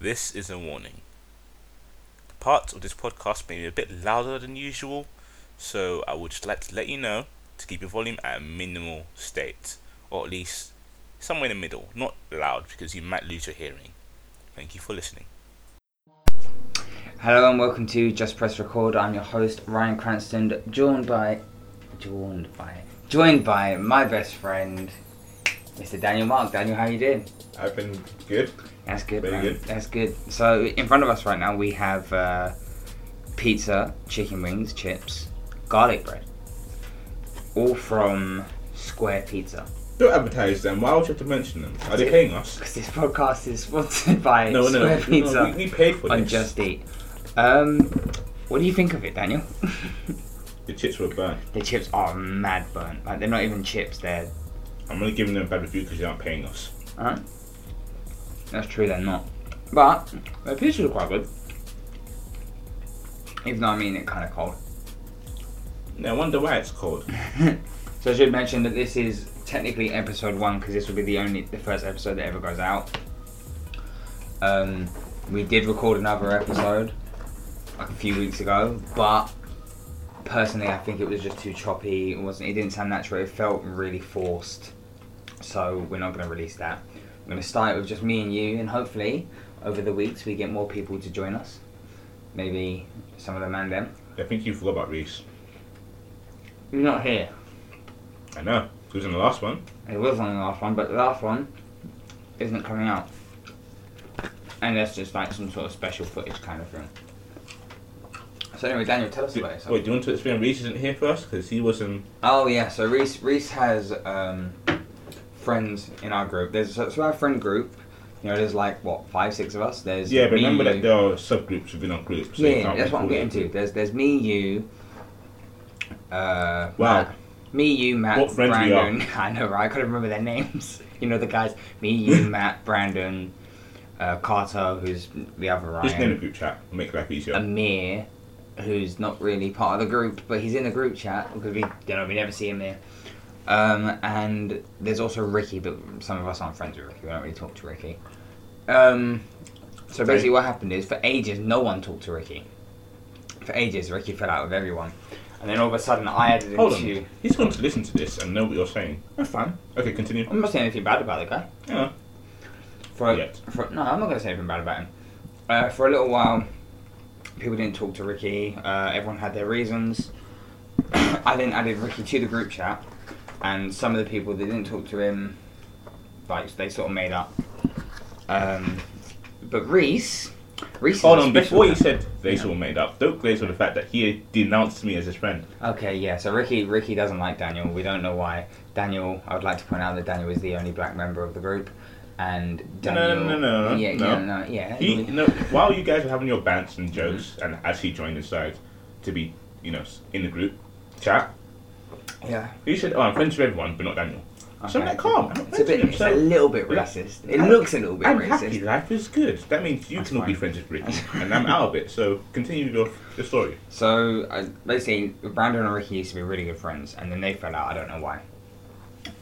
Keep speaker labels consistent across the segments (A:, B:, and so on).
A: This is a warning. Parts of this podcast may be a bit louder than usual, so I would just like to let you know to keep your volume at a minimal state, or at least somewhere in the middle, not loud because you might lose your hearing. Thank you for listening.
B: Hello and welcome to Just Press Record. I'm your host Ryan Cranston, joined by, joined by, joined by my best friend, Mr. Daniel Mark. Daniel, how you doing?
C: I've been good.
B: That's good.
C: Very
B: man.
C: good.
B: That's good. So in front of us right now we have uh, pizza, chicken wings, chips, garlic bread, all from Square Pizza.
C: Don't advertise them. Why would you have to mention them? Are they paying us?
B: Because this podcast is sponsored by
C: No, no,
B: Square
C: no.
B: Pizza
C: no, we, we paid for
B: on
C: this.
B: Just Eat. Um, what do you think of it, Daniel?
C: The chips were burnt.
B: The chips are mad burnt. Like they're not even chips. They're
C: I'm only giving them a bad review because they aren't paying us.
B: alright. That's true. They're not. But the pizza's quite good. Even though I mean it kind of cold.
C: No wonder why it's cold.
B: So I should mention that this is technically episode one because this will be the only the first episode that ever goes out. Um, we did record another episode like a few weeks ago, but personally I think it was just too choppy. It wasn't. It didn't sound natural. It felt really forced. So we're not going to release that. We're going to start with just me and you, and hopefully over the weeks we get more people to join us. Maybe some of them and them.
C: I think you forgot about Reese.
B: You're not here.
C: I know. He was in the last one.
B: It was on the last one, but the last one isn't coming out. And that's just like some sort of special footage kind of thing. So anyway, Daniel, tell us
C: Do-
B: about yourself.
C: wait, do you want to explain Reese isn't here first? Because he wasn't.
B: Oh yeah, so Reese Reese has um, friends in our group. There's so, so our friend group. You know, there's like what five, six of us. There's
C: Yeah, but
B: me,
C: remember
B: you-
C: that there are subgroups within our group. So you
B: yeah,
C: can't
B: that's what I'm
C: really
B: getting
C: call
B: to. There's there's me, you. Uh,
C: Wow.
B: Matt. Me, you, Matt,
C: What friends we
B: Brandon. I know, right? I couldn't remember their names. You know the guys. Me, you, Matt, Brandon, uh, Carter, who's the other
C: it. Just name a
B: Ryan,
C: group chat. It'll Make life easier.
B: Amir, who's not really part of the group, but he's in the group chat because we you know we never see him there. Um, and there's also Ricky, but some of us aren't friends with Ricky. We don't really talk to Ricky. Um, so
C: Sorry.
B: basically, what happened is for ages no one talked to Ricky. For ages, Ricky fell out with everyone, and then all of a sudden I added him
C: Hold
B: to.
C: on. He's going to listen to this and know what you're saying.
B: That's fine.
C: Okay, continue.
B: I'm not saying anything bad about the guy.
C: Yeah.
B: For,
C: Yet.
B: for no, I'm not going to say anything bad about him. Uh, for a little while, people didn't talk to Ricky. Uh, everyone had their reasons. I then added Ricky to the group chat, and some of the people that didn't talk to him, like they sort of made up. Um, but Reese, Reese.
C: Hold
B: is a
C: on,
B: special
C: before you
B: one.
C: said they all made up, don't glaze over the fact that he denounced me as his friend.
B: Okay, yeah. So Ricky, Ricky doesn't like Daniel. We don't know why. Daniel, I would like to point out that Daniel is the only black member of the group, and
C: No, no,
B: Daniel.
C: no, no, no,
B: yeah,
C: no.
B: yeah, no, yeah.
C: He, no, while you guys were having your bants and jokes, and as he joined inside to be, you know, s- in the group chat,
B: yeah.
C: he said, "Oh, I'm friends with everyone, but not Daniel." So I'm
B: Okay.
C: like, "Calm." I'm
B: It's a
C: friends
B: bit.
C: with him,
B: It's
C: so
B: a little bit
C: Yeah.
B: racist. It
C: I'm-
B: looks a little bit
C: I'm
B: racist.
C: happy. Life is good. That means you
B: That's
C: can all be
B: fine.
C: friends with Ricky, and I'm out of it. So continue your the story.
B: So uh, basically, Brandon and Ricky used to be really good friends, and then they fell out. I don't know why.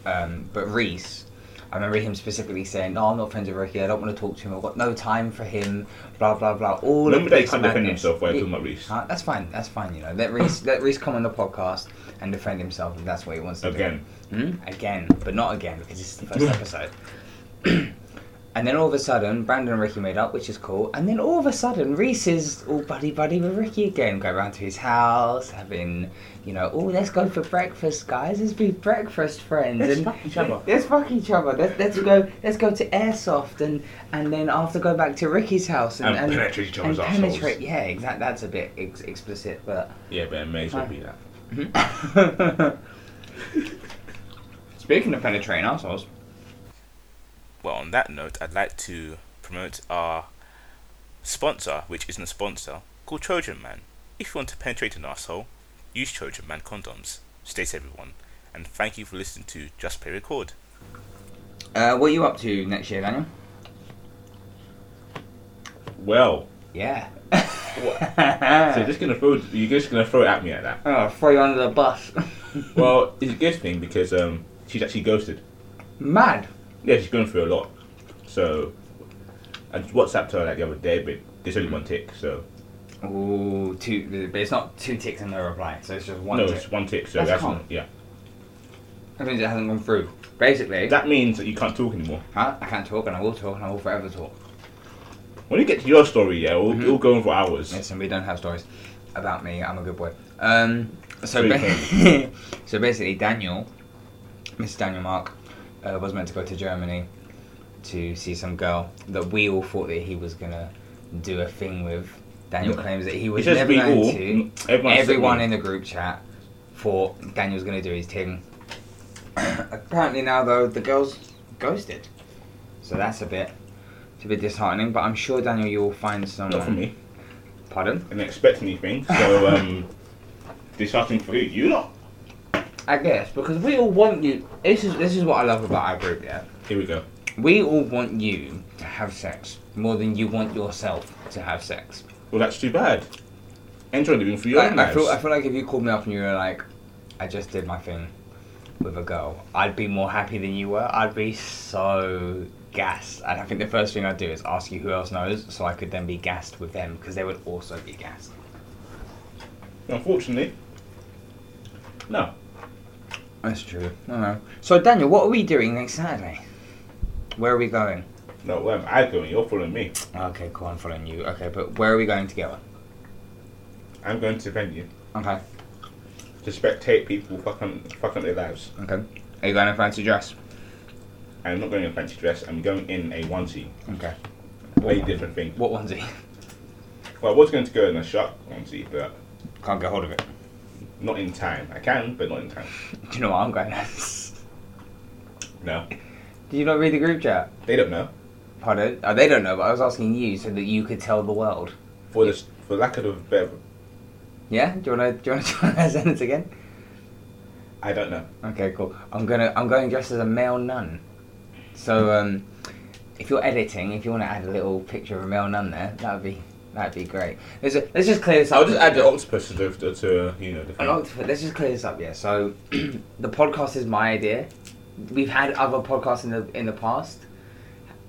B: Um, but Reese, I remember him specifically saying, "No, I'm not friends with Ricky. I don't want to talk to him. I've got no time for him." Blah blah blah. All
C: Remember
B: of
C: that he
B: this
C: can't defend
B: madness.
C: himself while
B: Yeah.
C: talking about Reese
B: Uh, that's fine. That's fine. You know, let Reese let Reese come on the podcast and defend himself if that's what he wants to
C: again.
B: do. Again, hmm? again, but not again because this is the first episode. and then all of a sudden, Brandon and Ricky made up, which is cool. And then all of a sudden, Reese is all buddy buddy with Ricky again. Go round to his house, having you know, oh, let's go for breakfast, guys. Let's be breakfast friends.
C: Let's
B: and
C: fuck each other.
B: Let's fuck each other. Let's, let's go. Let's go to airsoft and and then after go back to Ricky's house and,
C: And penetrate each other's
B: and
C: arseholes.
B: penetrate. Yeah, exactly. That's a bit ex- explicit, but
C: Yeah, but it may as well be that.
B: Hmm? speaking of penetrating assholes,
A: Well, on that note, I'd like to promote our sponsor, which isn't a sponsor, called Trojan Man. If you want to penetrate an asshole, use Trojan Man condoms. Stay safe, everyone. And thank you for listening to Just Play Record.
B: uh, what are you up to next year, Daniel?
C: Well,
B: Yeah.
C: so you're just gonna throw you're just gonna throw it at me at that.
B: oh, throw you under the bus.
C: Well, it's a good thing because um, she's actually ghosted.
B: Mad.
C: Yeah, she's going through a lot. So, I just WhatsApped her like the other day, but there's only one tick, so
B: Ooh, two. But it's not two ticks and no reply, so it's just one
C: no,
B: tick.
C: it's one tick. So
B: That's
C: that's,
B: calm.
C: not, yeah.
B: That means it hasn't gone through. Basically,
C: That means that you can't talk anymore.
B: huh? I can't talk, and I will talk, and I will forever talk.
C: When you get to your story, yeah, we'll,
B: Mhm.
C: we'll go on for hours.
B: Listen, we don't have stories about me. I'm a good boy. Um, so,
C: Sweet
B: ba- so basically, Daniel, Mr. Daniel Mark, uh, was meant to go to Germany to see some girl that we all thought that he was gonna do a thing with. Daniel claims that he
C: It
B: was
C: says
B: never
C: we
B: going
C: all,
B: to.
C: n- everyone,
B: Everyone in the group chat thought Daniel's gonna do his thing. Apparently now though the girls ghosted, so that's a bit, it's a bit disheartening. But I'm sure Daniel, you will find someone.
C: not for me.
B: Pardon?
C: I didn't expect anything, so um, disheartening for you. You lot.
B: I guess because we all want you. This is this is what I love about our group. Yeah,
C: Here we go.
B: we all want you to have sex more than you want yourself to have sex.
C: Well, that's too bad. Enjoy living for your
B: Like,
C: own
B: I
C: lives.
B: feel I feel like if you called me up and you were like, "I just did my thing with a girl," I'd be more happy than you were. I'd be so gassed. And I think the first thing I'd do is ask you who else knows, so I could then be gassed with them because they would also be gassed.
C: Unfortunately, no.
B: That's true. I know. So Daniel, what are we doing next Saturday? Where are we going?
C: No, where am I going? You're following me.
B: Okay, cool. I'm following you. Okay, but where are we going together?
C: I'm going to venue
B: Okay.
C: to spectate people fucking fucking their lives.
B: Okay. Are you going in a fancy dress?
C: I'm not going in a fancy dress. I'm going in a onesie.
B: Okay.
C: Way different thing.
B: What onesie?
C: Well, I was going to go in a shark onesie, but
B: Can't get hold of it.
C: not in time. I can, but not in time.
B: Do you know what I'm going as?
C: No,
B: Did you not read the group chat?
C: they don't know.
B: Pardon? Oh, they don't know, but I was asking you so that you could tell the world.
C: For the for lack of a better,
B: Yeah? Do you wanna do you wanna try that sentence again?
C: I don't know.
B: Okay, cool. I'm gonna I'm going dressed as a male nun. So um if you're editing, if you want to add a little picture of a male nun there, that would be that'd be great. Let's ju- let's just clear this up.
C: I'll just add the octopus to the, to uh, you know the
B: An
C: thing.
B: octopus. Let's just clear this up, yeah. So, the podcast is my idea. We've had other podcasts in the in the past.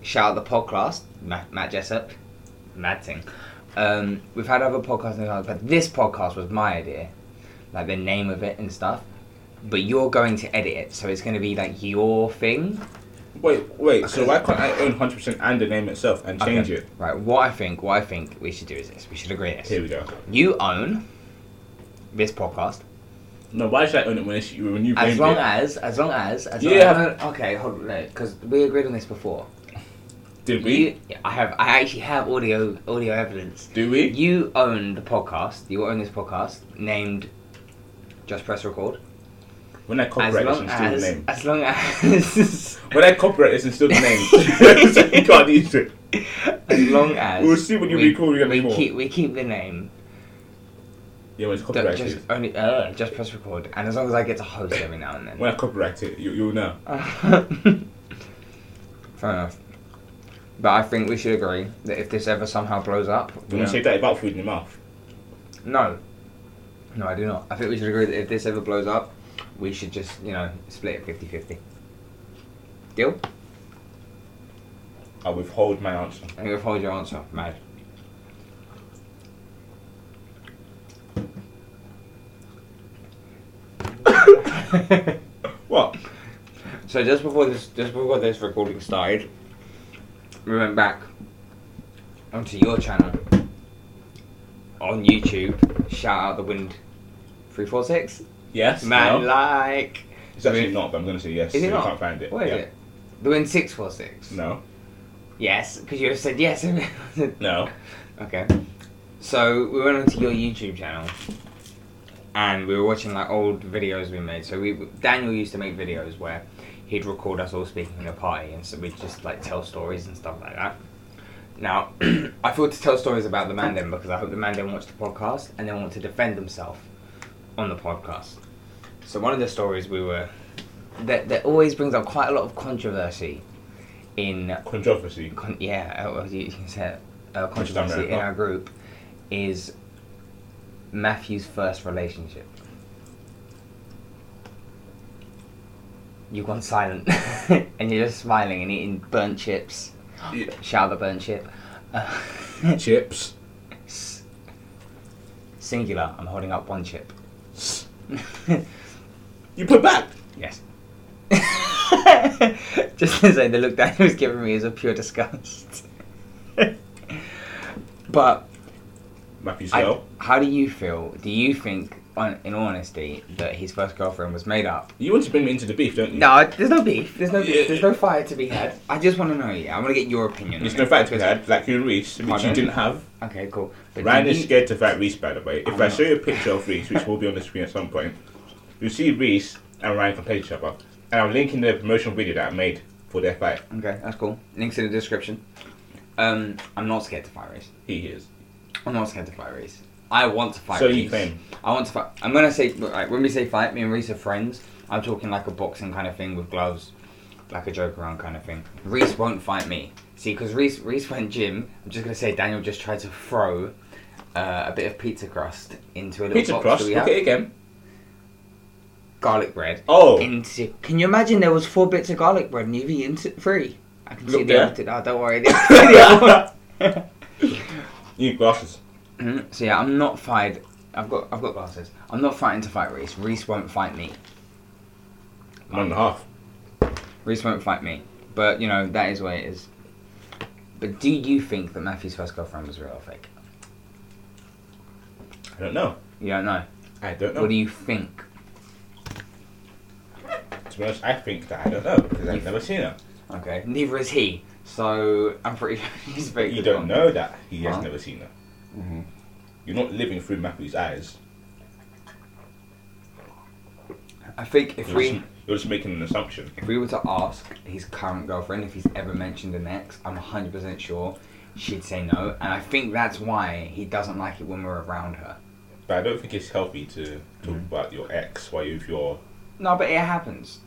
B: Shout out the podcast, Matt, Matt Jessup, mad thing. Um, we've had other podcasts in the past, but this podcast was my idea, like the name of it and stuff. But you're going to edit it, so it's going to be like your thing.
C: Wait, wait. So why can't I own 100 percent and the name itself and change
B: Okay.
C: it?
B: Right. What I think, what I think we should do is this. We should agree this.
C: Here we go.
B: You own this podcast.
C: No, why should I own it when, it's, when you
B: As
C: named
B: long
C: it?
B: as, as long as, as
C: Yeah.
B: long as, okay, hold on, because we agreed on this before.
C: Did we?
B: You, yeah, I have, I actually have audio, audio evidence.
C: Do we?
B: You own the podcast. You own this podcast named Just Press Record.
C: When I
B: As
C: copyright this
B: long
C: and steal the
B: as,
C: name.
B: as long as,
C: When I copyright this and steal the name. so you can't use it.
B: as long as.
C: We'll see when you
B: we,
C: record again
B: We
C: before.
B: keep, we keep the name.
C: Yeah, when it's
B: Don't-
C: copyrighted.
B: Just only, uh, Just Press Record, and as long as I get to host every now and then.
C: When I copyright it, you, you'll know.
B: Fair enough. But I think we should agree that if this ever somehow blows up,
C: When you say that about food in your mouth.
B: no, no, I do not. I think we should agree that if this ever blows up, we should just you know split it 50-50. Deal?
C: I withhold my answer.
B: And you hold your answer, mad.
C: What?
B: So just before this, just before this recording started, we went back onto your channel on YouTube. Shout out the wind, three four six.
C: Yes?
B: Man,
C: no?
B: like.
C: It's actually not, but I'm going to say yes.
B: Is it
C: so
B: not?
C: You can't find it.
B: What is
C: yeah.
B: it? The win 646?
C: No.
B: Yes, because you have said yes.
C: No.
B: okay. So we went onto your YouTube channel and we were watching like old videos we made. So we Daniel used to make videos where he'd record us all speaking in a party and so we'd just like tell stories and stuff like that. Now, I thought to tell stories about the man then because I hope the man then watched the podcast and then want to defend himself on the podcast. So one of the stories we were that that always brings up quite a lot of controversy in
C: Controversy.
B: con- yeah, uh, well, you, you can say it, uh,
C: done
B: controversy
C: it,
B: in
C: huh?
B: our group is Matthew's first relationship. You've gone silent and you're just smiling and eating burnt chips.
C: Yeah.
B: Shout out the burnt chip.
C: Chips.
B: Singular. I'm holding up one chip.
C: You put back.
B: Yes. Just to say, the look that he was giving me is of pure disgust. but
C: Matthew
B: I-
C: Scale.
B: how do you feel? Do you think, on, in all honesty, that his first girlfriend was made up?
C: You want to bring me into the beef, don't you?
B: No, I- there's no beef. There's no
C: Yeah.
B: beef. There's no fire to be had. I just want to know. Yeah, I want to get your opinion.
C: There's
B: on
C: no
B: it.
C: fact we had, like you and Reese, which you
B: Pardon?
C: didn't have.
B: Okay, cool. But do
C: Ryan is
B: you-
C: scared to fight Reese, by the way. If
B: I
C: I,
B: know.
C: show you a picture of Reese, which will be on the screen at some point, you'll see Reese and Ryan compare each other. And I'm linking the promotional video that I made for their fight.
B: Okay, that's cool. Links in the description. Um, I'm not scared to fight Reese.
C: He is.
B: I'm not scared to fight Reese. I want to fight
C: so
B: Reese.
C: you claim.
B: I want to fight. I'm gonna say right, when we say fight, me and Reese are friends. I'm talking like a boxing kind of thing with gloves, like a joke around kind of thing. Reese won't fight me. See, because Reese Reese went gym. I'm just gonna say Daniel just tried to throw uh, a bit of pizza crust into a little
C: Pizza
B: box
C: crust.
B: that we
C: Look at
B: have.
C: it again.
B: Garlic bread.
C: Oh.
B: Into. Can you imagine there was four bits of garlic bread and you'd be into three. I can see
C: Look
B: the
C: there.
B: other. two- Oh, don't worry. the other one.
C: you need glasses.
B: Mhm. So yeah, I'm not fired. I've got I've got glasses. I'm not fighting to fight Reese. Reese won't fight me.
C: One and a half.
B: Reese won't fight me. But you know that is what it is. But do you think that Matthew's first girlfriend was real or fake?
C: I don't know.
B: You don't know.
C: I don't know.
B: What do you think?
C: to be honest, I think that I don't know because I've never seen her.
B: Okay. Neither is he. So I'm pretty sure he's fake.
C: You don't know that he has
B: Huh?
C: never seen her.
B: Mm-hmm.
C: You're not living through Matthew's eyes.
B: I think if
C: You're
B: we
C: just, you're just making an assumption.
B: if we were to ask his current girlfriend if he's ever mentioned an ex, I'm 100% sure she'd say no. And I think that's why he doesn't like it when we're around her.
C: But I don't think it's healthy to talk
B: Mm-hmm.
C: about your ex while you've your
B: No, but it happens.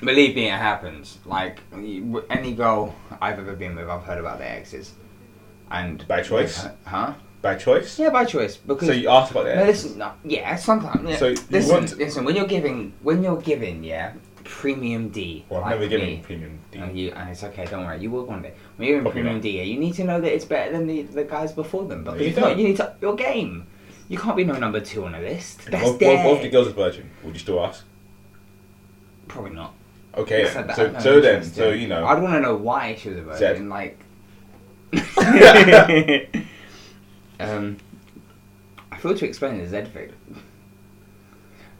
B: Believe me, it happens. Like you- any girl I've ever been with, I've heard about their exes, and
C: By choice?
B: huh?
C: by choice.
B: Yeah, by choice. Because
C: So you asked about the
B: no,
C: ex.
B: listen, no, yeah, sometimes. Yeah.
C: So you
B: listen,
C: want-
B: listen. When you're giving, when you're giving, yeah, premium D.
C: Well, I've
B: like
C: never
B: me,
C: given
B: Oh,
C: premium D.
B: And you, and it's okay. Don't worry, you will one day. When you're in
C: Probably
B: premium
C: not.
B: D, yeah, you need to know that it's better than the, the guys before them. Because
C: you
B: if not,
C: don't.
B: you need to up your game. You can't be no number two on a list.
C: What-
B: That's
C: what, what, if the
B: dead.
C: girl's a virgin? Would you still ask?
B: Probably not.
C: Okay,
B: It's
C: then.
B: like
C: so
B: that.
C: so then,
B: Interesting.
C: so you know,
B: I'd want to know why she was a
C: Zed.
B: virgin. Like, um, I feel to explain the Zed thing.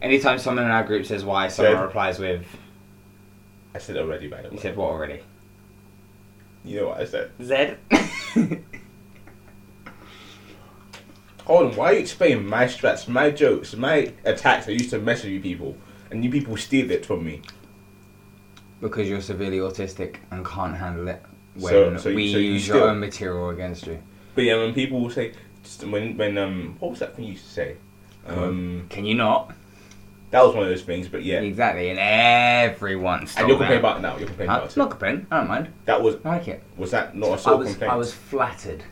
B: Anytime someone in our group says why, someone
C: Zed.
B: replies with,
C: I said already by the
B: "You
C: way.
B: said what already?"
C: You know what I said?
B: Zed.
C: Hold on, why are you explaining my strats, my jokes, my attacks? I used to mess with you people, and you people steal it from me.
B: because you're severely autistic and can't handle it
C: So-
B: when
C: so you-
B: we
C: so you
B: use
C: still-
B: your own material against you.
C: But yeah, when people will say, just when when um, what was that thing you used to say? Um,
B: Can you not?
C: that was one of those things. But yeah,
B: Exactly. And everyone.
C: and
B: stole
C: you're complaining
B: that.
C: about it now. You're complaining
B: Huh?
C: about
B: Not
C: it.
B: complaining. I don't mind.
C: That was
B: I like it.
C: was that not a
B: I
C: sole
B: was
C: complaint?
B: I was flattered.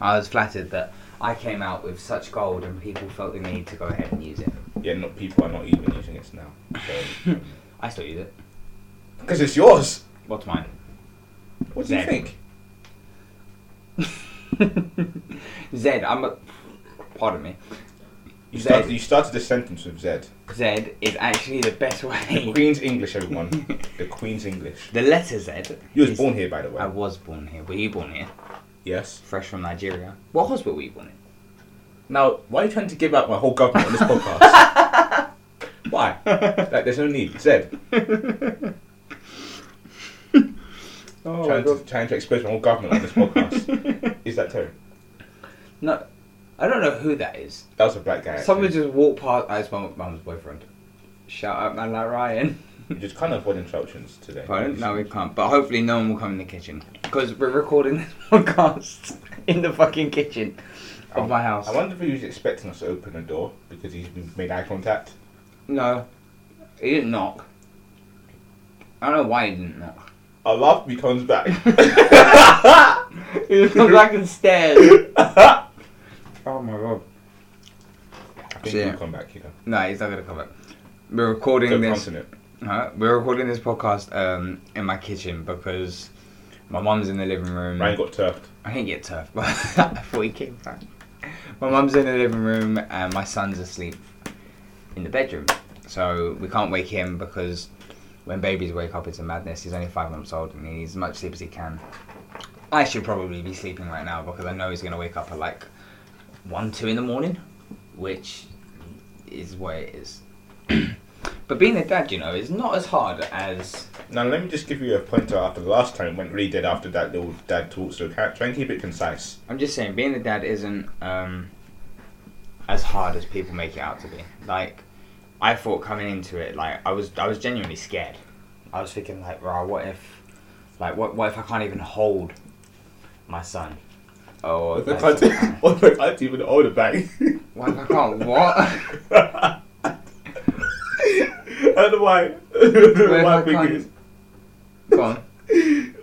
B: I was flattered that I came out with such gold and people felt the need to go ahead and use it.
C: Yeah, not people are not even using it now.
B: I still use it.
C: Because it's yours.
B: What's mine?
C: What do you
B: Zed.
C: think?
B: Zed, I'm a pardon me.
C: You
B: Zed.
C: started, you started the sentence with Zed.
B: Zed is actually the best way.
C: Queen's English, everyone. the Queen's English.
B: The letter Z.
C: You was
B: is-
C: born here, by the
B: I
C: way.
B: was born here. Were you born here?
C: Yes.
B: Fresh from Nigeria. What hospital were you born in?
C: Now, why are you trying to give out my whole government on this podcast? why? Like, there's no need. Zed.
B: Oh
C: trying, to, trying to expose my whole government on this podcast. Is that terrible?
B: No, I don't know who that is.
C: That was a black guy.
B: Someone
C: actually.
B: just walked past. Oh, it's my mum's boyfriend. Shout out, man, like Ryan.
C: You just can't avoid interruptions today.
B: Pardon? No, we can't. But hopefully, no one will come in the kitchen because we're recording this podcast in the fucking kitchen of my house.
C: I wonder if he was expecting us to open the door because he's made eye contact.
B: No, he didn't knock. I don't know why he didn't knock.
C: I laugh when he comes back.
B: He just comes back and stares. oh my god!
C: I think
B: So, yeah.
C: he'll come back, you know.
B: No, he's not gonna come back. We're recording
C: Don't
B: this.
C: continent.
B: Huh? We're recording this podcast um, in my kitchen because My mum's in the living room.
C: Ryan got turfed.
B: I didn't get turf, but I thought he came back. My mum's in the living room and my son's asleep in the bedroom. So we can't wake him because when babies wake up, it's a madness. He's only five months old and he needs as much sleep as he can. I should probably be sleeping right now because I know he's going to wake up at like 1, 2 in the morning, which is what it is. but being a dad, you know, is not as hard as.
C: Now let me just give you a pointer after the last time. Went really dead after that little dad talk. So ca- try and keep it concise.
B: I'm just saying, being a dad isn't um, as hard as people make it out to be. Like, I thought coming into it, like I was, I was genuinely scared. I was thinking, like, rah, what if, like, what, what if I can't even hold my son? Oh,
C: If I can't, if I can't even hold it back.
B: what if I can't what?
C: I don't know why. I don't know
B: Where
C: why
B: I
C: I think
B: can't-
C: it is.
B: Go on.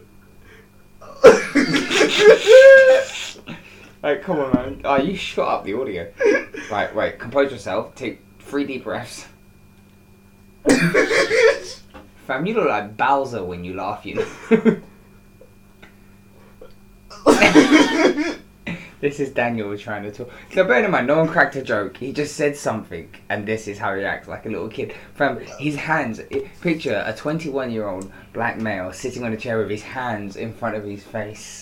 B: Like, come on, man. Oh, you shut up the audio. Right, wait. Compose yourself. Take three deep breaths. Fam, you look like Bowser when you laugh. You. know. this is Daniel trying to talk. So bear in mind, no one cracked a joke. He just said something, and this is how he acts like a little kid. Fam, his hands. i- Picture a 21-year-old black male sitting on a chair with his hands in front of his face.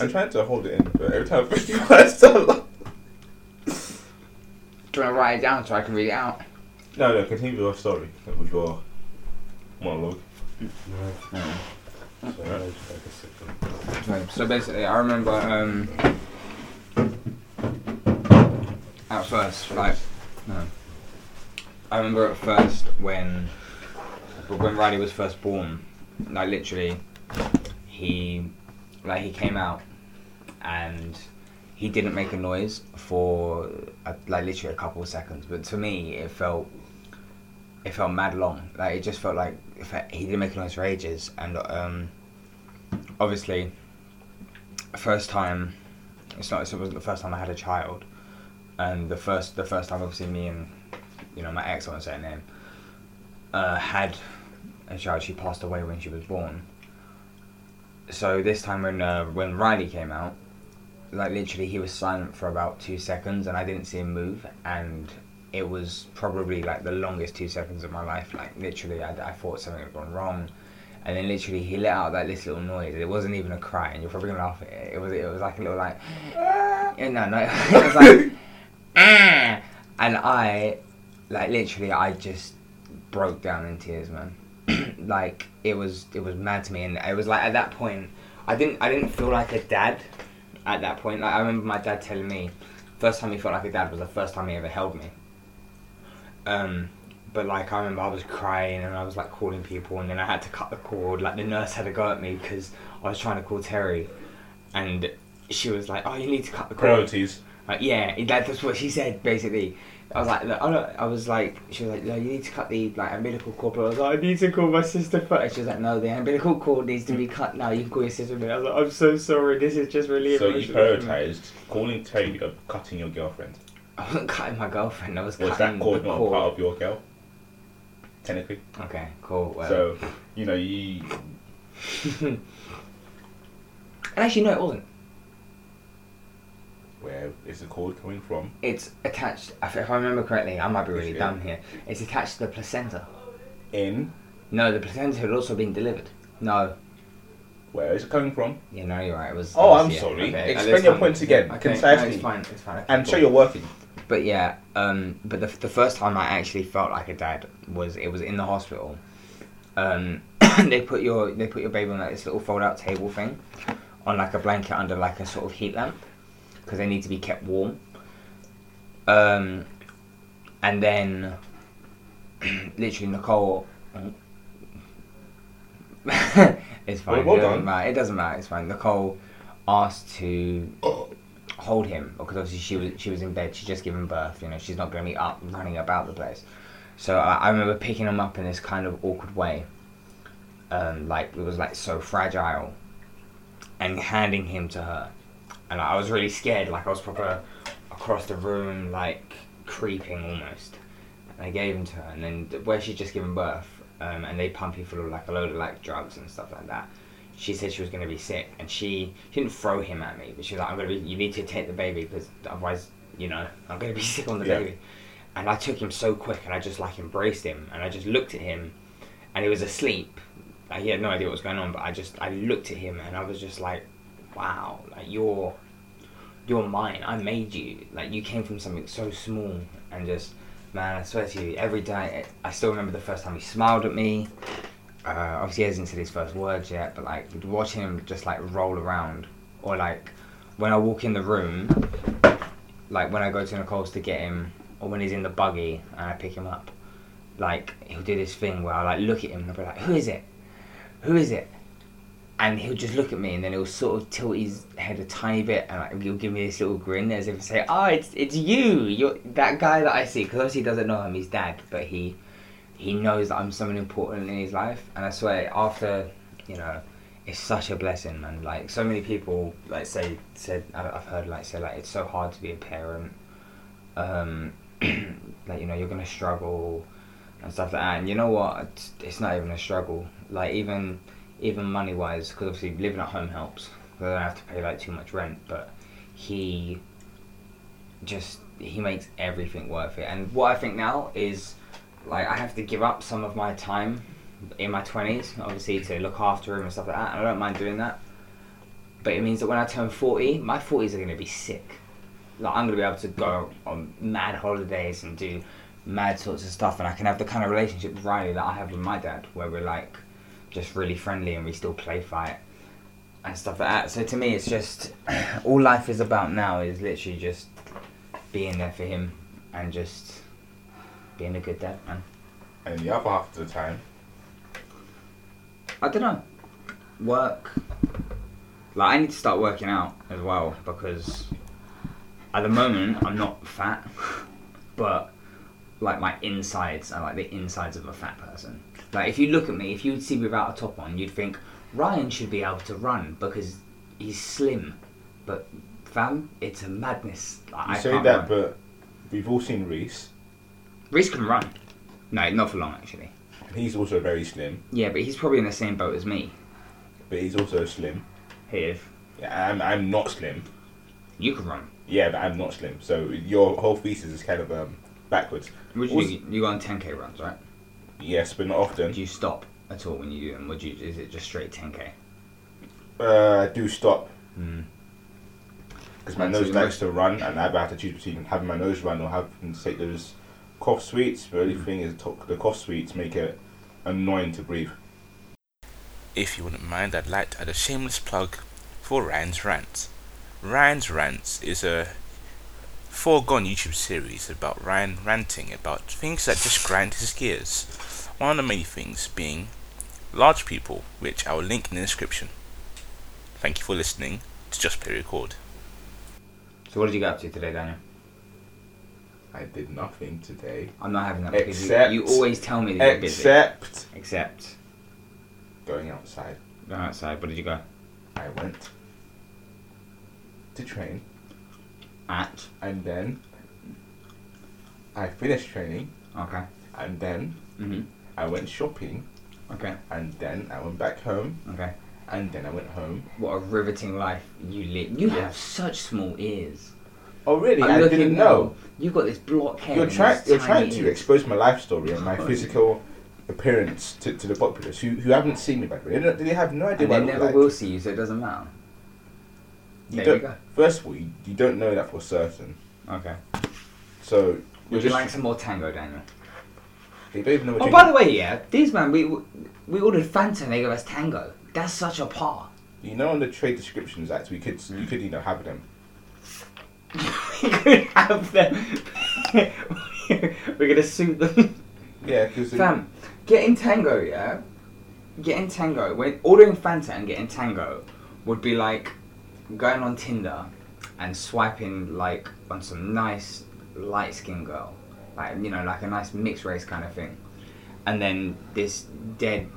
C: I'm trying to hold it in, but every time I think about it, I start laughing.
B: Do you want to write it down so I can read it out?
C: No, no. Continue your story with your monologue. Alright.
B: Right, So basically, I remember um, at first, like, no, I remember at first when when Riley was first born, like literally, he like he came out and he didn't make a noise for uh, like literally a couple of seconds, but to me it felt it felt mad long. Like it just felt like it felt- he didn't make a noise for ages, and um, obviously first time it's not it wasn't the first time I had a child and the first the first time obviously me and you know my ex I won't say her name uh, had a child she passed away when she was born so this time when uh, when Riley came out like literally he was silent for about two seconds and I didn't see him move and it was probably like the longest two seconds of my life like literally I, I thought something had gone wrong and then literally he let out that this little noise. It wasn't even a cry, and you're probably gonna laugh at it. It was it was like a little like, "Ah." yeah, no, no, it was like, ah, and I, like literally, I just broke down in tears, man. like it was it was mad to me, and it was like at that point, I didn't I didn't feel like a dad at that point. Like I remember my dad telling me, first time he felt like a dad was the first time he ever held me. Um, but like I remember I was crying and I was like calling people and then I had to cut the cord. Like the nurse had a go at me because I was trying to call Terry, and she was like, "Oh, you need to cut the cord."
C: Priorities.
B: Like, yeah, it- that, that's what she said basically. I was like, look, I, don't, I was like, she was like, no, you need to cut the like umbilical cord. But I was like, I need to call my sister first. And she was like, no, the umbilical cord needs to be cut now. You can call your sister. But I was like, I'm so sorry. This is just really
C: So you
B: emotional. for me."
C: prioritised calling Terry of cutting your girlfriend.
B: I wasn't cutting my girlfriend. I was,
C: Was
B: cutting
C: that cord
B: the
C: not a
B: cord.
C: part of your girl? Technically.
B: Okay, cool. Well.
C: So, you know, you.
B: and actually, no, it wasn't.
C: Where is the cord coming from?
B: It's attached. If if I remember correctly, I might be really
C: Is it?
B: dumb here. It's attached to the placenta.
C: In.
B: No, the placenta had also been delivered. No,
C: Where is it coming from?
B: Yeah, no, you're right. It was.
C: Oh,
B: it was-
C: I'm
B: yeah,
C: sorry.
B: okay,
C: Explain
B: at this
C: your
B: time-
C: points again,
B: Okay, no,
C: concisely.
B: it's fine. It's fine. okay,
C: And show
B: cool.
C: you're working.
B: But yeah, um, but the, the first time I actually felt like a dad was it was in the hospital. Um, they put your they put your baby on like this little fold out table thing, on like a blanket under like a sort of heat lamp, because they need to be kept warm. Um, and then, literally Nicole. it's fine.
C: well
B: it doesn't
C: done.
B: matter. It doesn't matter. It's fine. Nicole asked to hold him because obviously she was she was in bed. She'd just given birth. You know, she's not going to be up running about the place. So I, I remember picking him up in this kind of awkward way, um, like it was like so fragile, and handing him to her, and I was really scared. Like I was proper across the room, like creeping almost. And I gave him to her, and then th- where she'd just given birth, um, and they pump you full of like a load of like drugs and stuff like that. she said she was going to be sick, and she, she didn't throw him at me, but she was like, "I'm going to be. You need to take the baby because otherwise, you know, I'm going to be sick on the
C: Yeah.
B: baby." And I took him so quick, and I just like embraced him, and I just looked at him, and he was asleep. Like, he had no idea what was going on, but I just I looked at him, and I was just like, "Wow, like you're." You're mine. I made you. Like you came from something so small, and just man, I swear to you, every day I still remember the first time he smiled at me uh, obviously he hasn't said his first words yet, but like watching him just like roll around, or like when I walk in the room, like when I go to Nicole's to get him, or when he's in the buggy and I pick him up, like he'll do this thing where I like look at him and I'll be like, "Who is it? Who is it?" And he'll just look at me, and then he'll sort of tilt his head a tiny bit, and like, he'll give me this little grin as if to say, "Oh, it's it's you. You're that guy that I see." Because obviously he doesn't know I'm his dad, but he he knows that I'm someone important in his life, and I swear, after you know, it's such a blessing, man. Like so many people, like say said, I- I've heard like say like it's so hard to be a parent, um, like you know you're gonna struggle and stuff like that. And you know what? It's, it's not even a struggle. Like even even money wise, because obviously living at home helps. 'cause I don't have to pay like too much rent, but he just he makes everything worth it. And what I think now is like I have to give up some of my time in my twenties, obviously to look after him and stuff like that. And I don't mind doing that, but it means that when I turn forty, my forties are going to be sick. Like I'm going to be able to go on mad holidays and do mad sorts of stuff, and I can have the kind of relationship with Riley that I have with my dad, where we're like just really friendly and we still play fight and stuff like that. So to me, it's just all life is about now is literally just being there for him and just being a good dad, man.
C: And the other half of the time,
B: I don't know. Work. Like I need to start working out as well because at the moment I'm not fat, but like my insides are like the insides of a fat person. Like if you look at me, if you would see me without a top on, you'd think Ryan should be able to run because he's slim. But fam, it's a madness. Like,
C: you
B: I
C: say
B: can't
C: that,
B: run.
C: but we've all seen Reese,
B: Reese can run. No, not for long actually.
C: and he's also very slim,
B: Yeah, but he's probably in the same boat as me.
C: but he's also slim.
B: Hey, if
C: Yeah, I'm, I'm not slim.
B: you can run.
C: Yeah, but I'm not slim. So your whole thesis is kind of um, backwards.
B: Would you,
C: Was-
B: do? you go on 10k runs, right?
C: Yes, but not
B: Do
C: often.
B: you stop at all when you do them? Would you? Is it just straight 10k?
C: Uh, I do stop
A: Hmm.
B: Mm.
C: because my
B: That's
C: nose
B: even
C: likes to run, and I have to choose between having my nose run or having to take those cough sweets. But the
A: Hmm.
C: only thing is, to- the cough sweets make it annoying to breathe.
A: If you wouldn't mind, I'd like to add a shameless plug for Ryan's Rants. Ryan's Rants is a foregone YouTube series about Ryan ranting about things that just grind his gears. One of the many things being large people, which I will link in the description. Thank you for listening to Just Play Record.
B: So what did you get up to today, Daniel?
C: I did nothing today
B: I'm not having that because
C: Except-
B: you, you always tell me that you're busy.
C: except
B: Except
C: going outside.
B: go outside. Where did you go?
C: I went to train,
B: At
C: and then I finished training,
B: okay.
C: and then
B: Mhm.
C: I went shopping,
B: Okay.
C: and then I went back home,
B: Okay.
C: and then I went home.
B: What a riveting life you live. You have such small ears.
C: Oh really?
B: I'm
C: I
B: looking
C: didn't
B: now,
C: know.
B: You've got this block hair.
C: You're
B: and
C: trying.
B: these
C: You're
B: tiny
C: trying to
B: ears.
C: expose my life story and my physical appearance to, to the populace who, who haven't seen me by the way. They, don't- they have no idea what
B: And they
C: I look
B: never
C: like.
B: will see you, so it doesn't matter.
C: You
B: there
C: don't-
B: you go.
C: First of all, you, you don't know that for certain.
B: Okay.
C: So you're
B: Would
C: just,
B: you like some more tango, Daniel?
C: they don't even know what
B: Oh,
C: you're
B: by the way, yeah, these man, we we ordered Fanta and they gave us Tango. That's such a par.
C: You know, on the Trade Descriptions Act, we could you could you know have them.
B: we could have them. We're gonna sue them.
C: Yeah, because
B: Fam, getting Tango, yeah, getting Tango. When ordering Fanta and getting Tango would be like going on Tinder and swiping like on some nice light skinned girl, like you know, like a nice mixed race kind of thing, and then this dead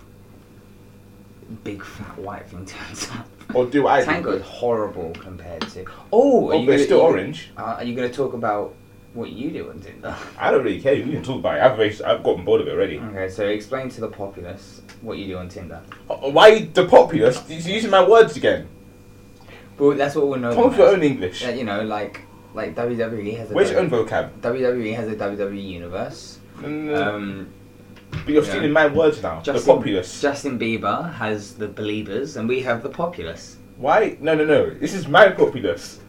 B: big fat white thing turns up.
C: or do I? do?
B: Tango is horrible compared to. Oh, are
C: Oh,
B: you
C: but it's
B: gonna-
C: still
B: you-
C: orange.
B: Uh, are you going to talk about what you do on Tinder?
C: I don't really care. You can talk about it. I've raised, I've gotten bored of it already.
B: okay, so explain to the populace what you do on Tinder.
C: Uh, Why the popular? He's using my words again.
B: Well, that's what we'll know.
C: Come up with
B: them
C: your
B: as.
C: own English.
B: That, you know, like like WWE has a
C: Where's your own
B: w-
C: vocab?
B: WWE has a WWE universe.
C: Mm,
B: Um,
C: but you're
B: yeah.
C: stealing my words now. the populace.
B: Justin Bieber has the believers, and we have the populace.
C: Why? No, no, no. This is my populace.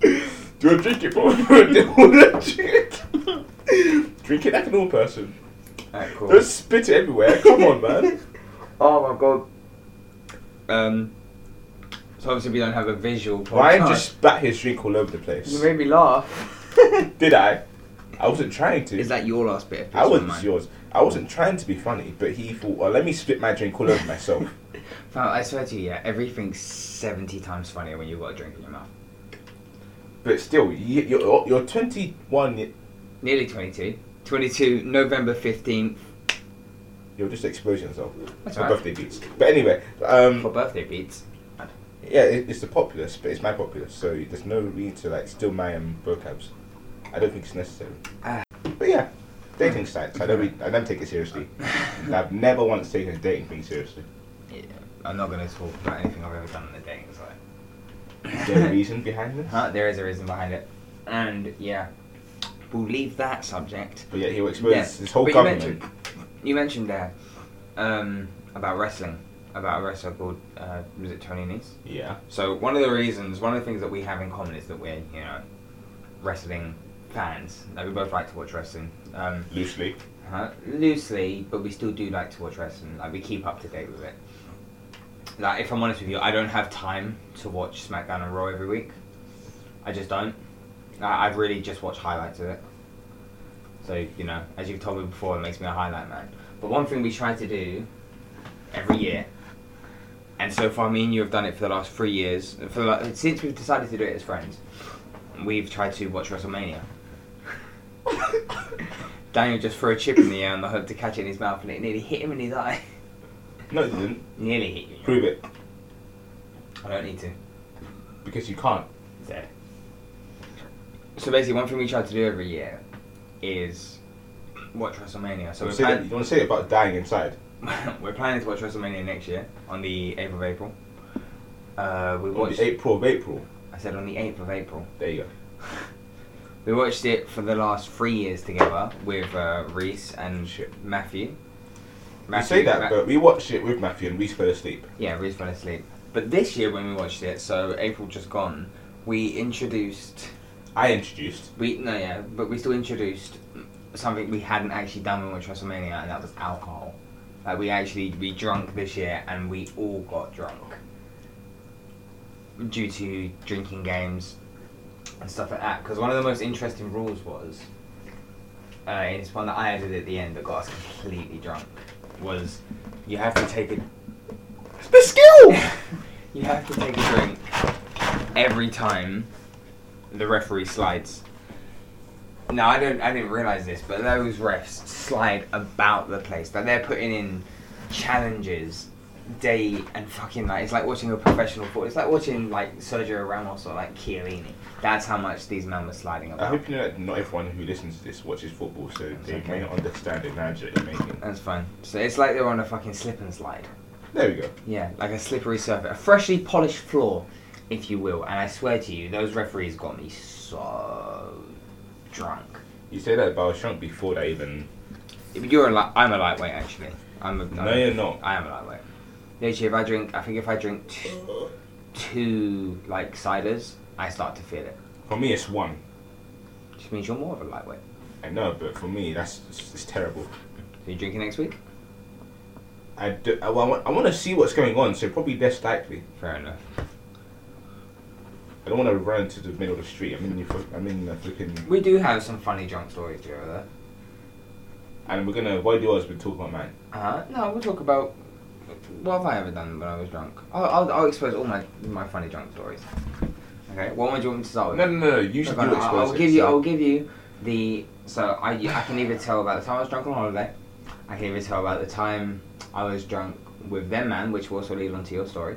C: Do you want to drink it, bro? Do you want to drink it? drink it like an all person.
B: Alright, cool.
C: Don't spit it everywhere. Come on, man.
B: Oh my god. Um. So obviously we don't have a visual.
C: Ryan
B: podcast.
C: just spat his drink all over the
B: You
C: place.
B: made me laugh.
C: Did I? I wasn't trying to.
B: Is that your last bit? Of
C: I
B: was
C: was yours. I wasn't trying to be funny, but he thought, oh, let me spit my drink all over myself.
B: Oh, I swear to you, yeah, everything's seventy times funnier when you've got a drink in your mouth.
C: But still, you- you're, you're 21.
B: Nearly 22. 22, November 15th
C: You're just exposing yourself
B: That's
C: for
B: all right.
C: birthday beats. But anyway,
B: for
C: um,
B: birthday beats.
C: yeah, it, it's the populace, but it's my populace, so there's no need to like steal my um, vocabs. I don't think it's necessary.
B: Ah.
C: But yeah, dating sites. I don't. Re- I don't take it seriously. I've never once taken a dating thing seriously.
B: Yeah, I'm not going to talk about anything I've ever done in the dating site.
C: Is there a reason behind this?
B: Huh? There is a reason behind it. And yeah, we'll leave that subject.
C: But yeah, he'll expose
B: Yeah,
C: his whole
B: but you
C: government.
B: mentioned, you mentioned there um, about wrestling, about a wrestler called, uh, was it Tony Nese?
C: Yeah.
B: So one of the reasons, one of the things that we have in common is that we're, you know, wrestling fans. Like, we both like to watch wrestling. Um,
C: Loosely.
B: Huh? Loosely, but we still do like to watch wrestling. Like we keep up to date with it. Like if I'm honest with you, I don't have time to watch SmackDown and Raw every week. I just don't. I, I really just watch highlights of it. So you know, as you've told me before, it makes me a highlight man. But one thing we try to do every year, and so far me and you have done it for the last three years. For the, la- since we've decided to do it as friends, we've tried to watch WrestleMania. Daniel just threw a chip in the air on the hook to catch it in his mouth, and it nearly hit him in his eye.
C: No, it didn't.
B: nearly hit you.
C: Prove it.
B: I don't need to.
C: Because you can't.
B: So. so basically, one thing we try to do every year is watch WrestleMania. So
C: So
B: we're,
C: say that,
B: plan-
C: you want to say about dying inside?
B: we're planning to watch WrestleMania next year on the 8th of April. Uh, we
C: On
B: watched.
C: the April of April.
B: I said on the 8th of April.
C: There you go.
B: We watched it for the last three years together with uh, Reese and
C: Shit.
B: Matthew.
C: You say that,
B: Ma-
C: but we watched it with Matthew and we fell asleep.
B: Yeah, Reese fell asleep. But this year when we watched it, so April just gone, we introduced
C: I introduced.
B: we no yeah, but we still introduced something we hadn't actually done when we watched WrestleMania, and that was alcohol. Like we actually we drunk this year, and we all got drunk due to drinking games and stuff like that. Because one of the most interesting rules was, uh, and it's one that I added at the end that got us completely drunk, was you have to take a
C: It's the skill!
B: you have to take a drink every time the referee slides. No, I don't. I didn't realize this, but those refs slide about the place. Like they're putting in challenges day and fucking night. It's like watching a professional football. It's like watching like Sergio Ramos or like Chiellini. That's how much these men were sliding
C: I
B: about.
C: hope you know that not everyone who listens to this watches football, so they may not understand the analogy that you're making.
B: That's fine. So it's like they're on a fucking slip and slide.
C: There we go.
B: Yeah, like a slippery surface, a freshly polished floor, if you will. And I swear to you, those referees got me so drunk.
C: You say that about Shunk before that even.
B: You're a li- I'm a lightweight actually. I'm a, I'm
C: No, you're not.
B: I am a lightweight. Literally, if I drink, I think if I drink t- two like ciders, I start to feel it.
C: For me, it's one.
B: Which means you're more of a lightweight.
C: I know, but for me, that's it's, it's terrible.
B: So you drinking next week?
C: I, do, I, want, I want to see what's going on, so probably less likely.
B: Fair enough.
C: I don't want to run to the middle of the street. I'm in, the fl- I'm in the flipping.
B: We do have some funny drunk stories together. though.
C: And we're going to avoid yours, but talk about mine.
B: Uh, no, we'll talk about what have I ever done when I was drunk. I'll, I'll, I'll expose all my, my funny drunk stories. Okay, what one do you want me to start
C: No,
B: with?
C: no, no, no. You
B: Look,
C: should
B: I'll,
C: do
B: I'll-
C: expose
B: I'll
C: it,
B: give you.
C: so-
B: I'll give you the. So I, I can either tell about the time I was drunk on holiday. I can either tell about the time I was drunk with them man, which will also lead on to your story,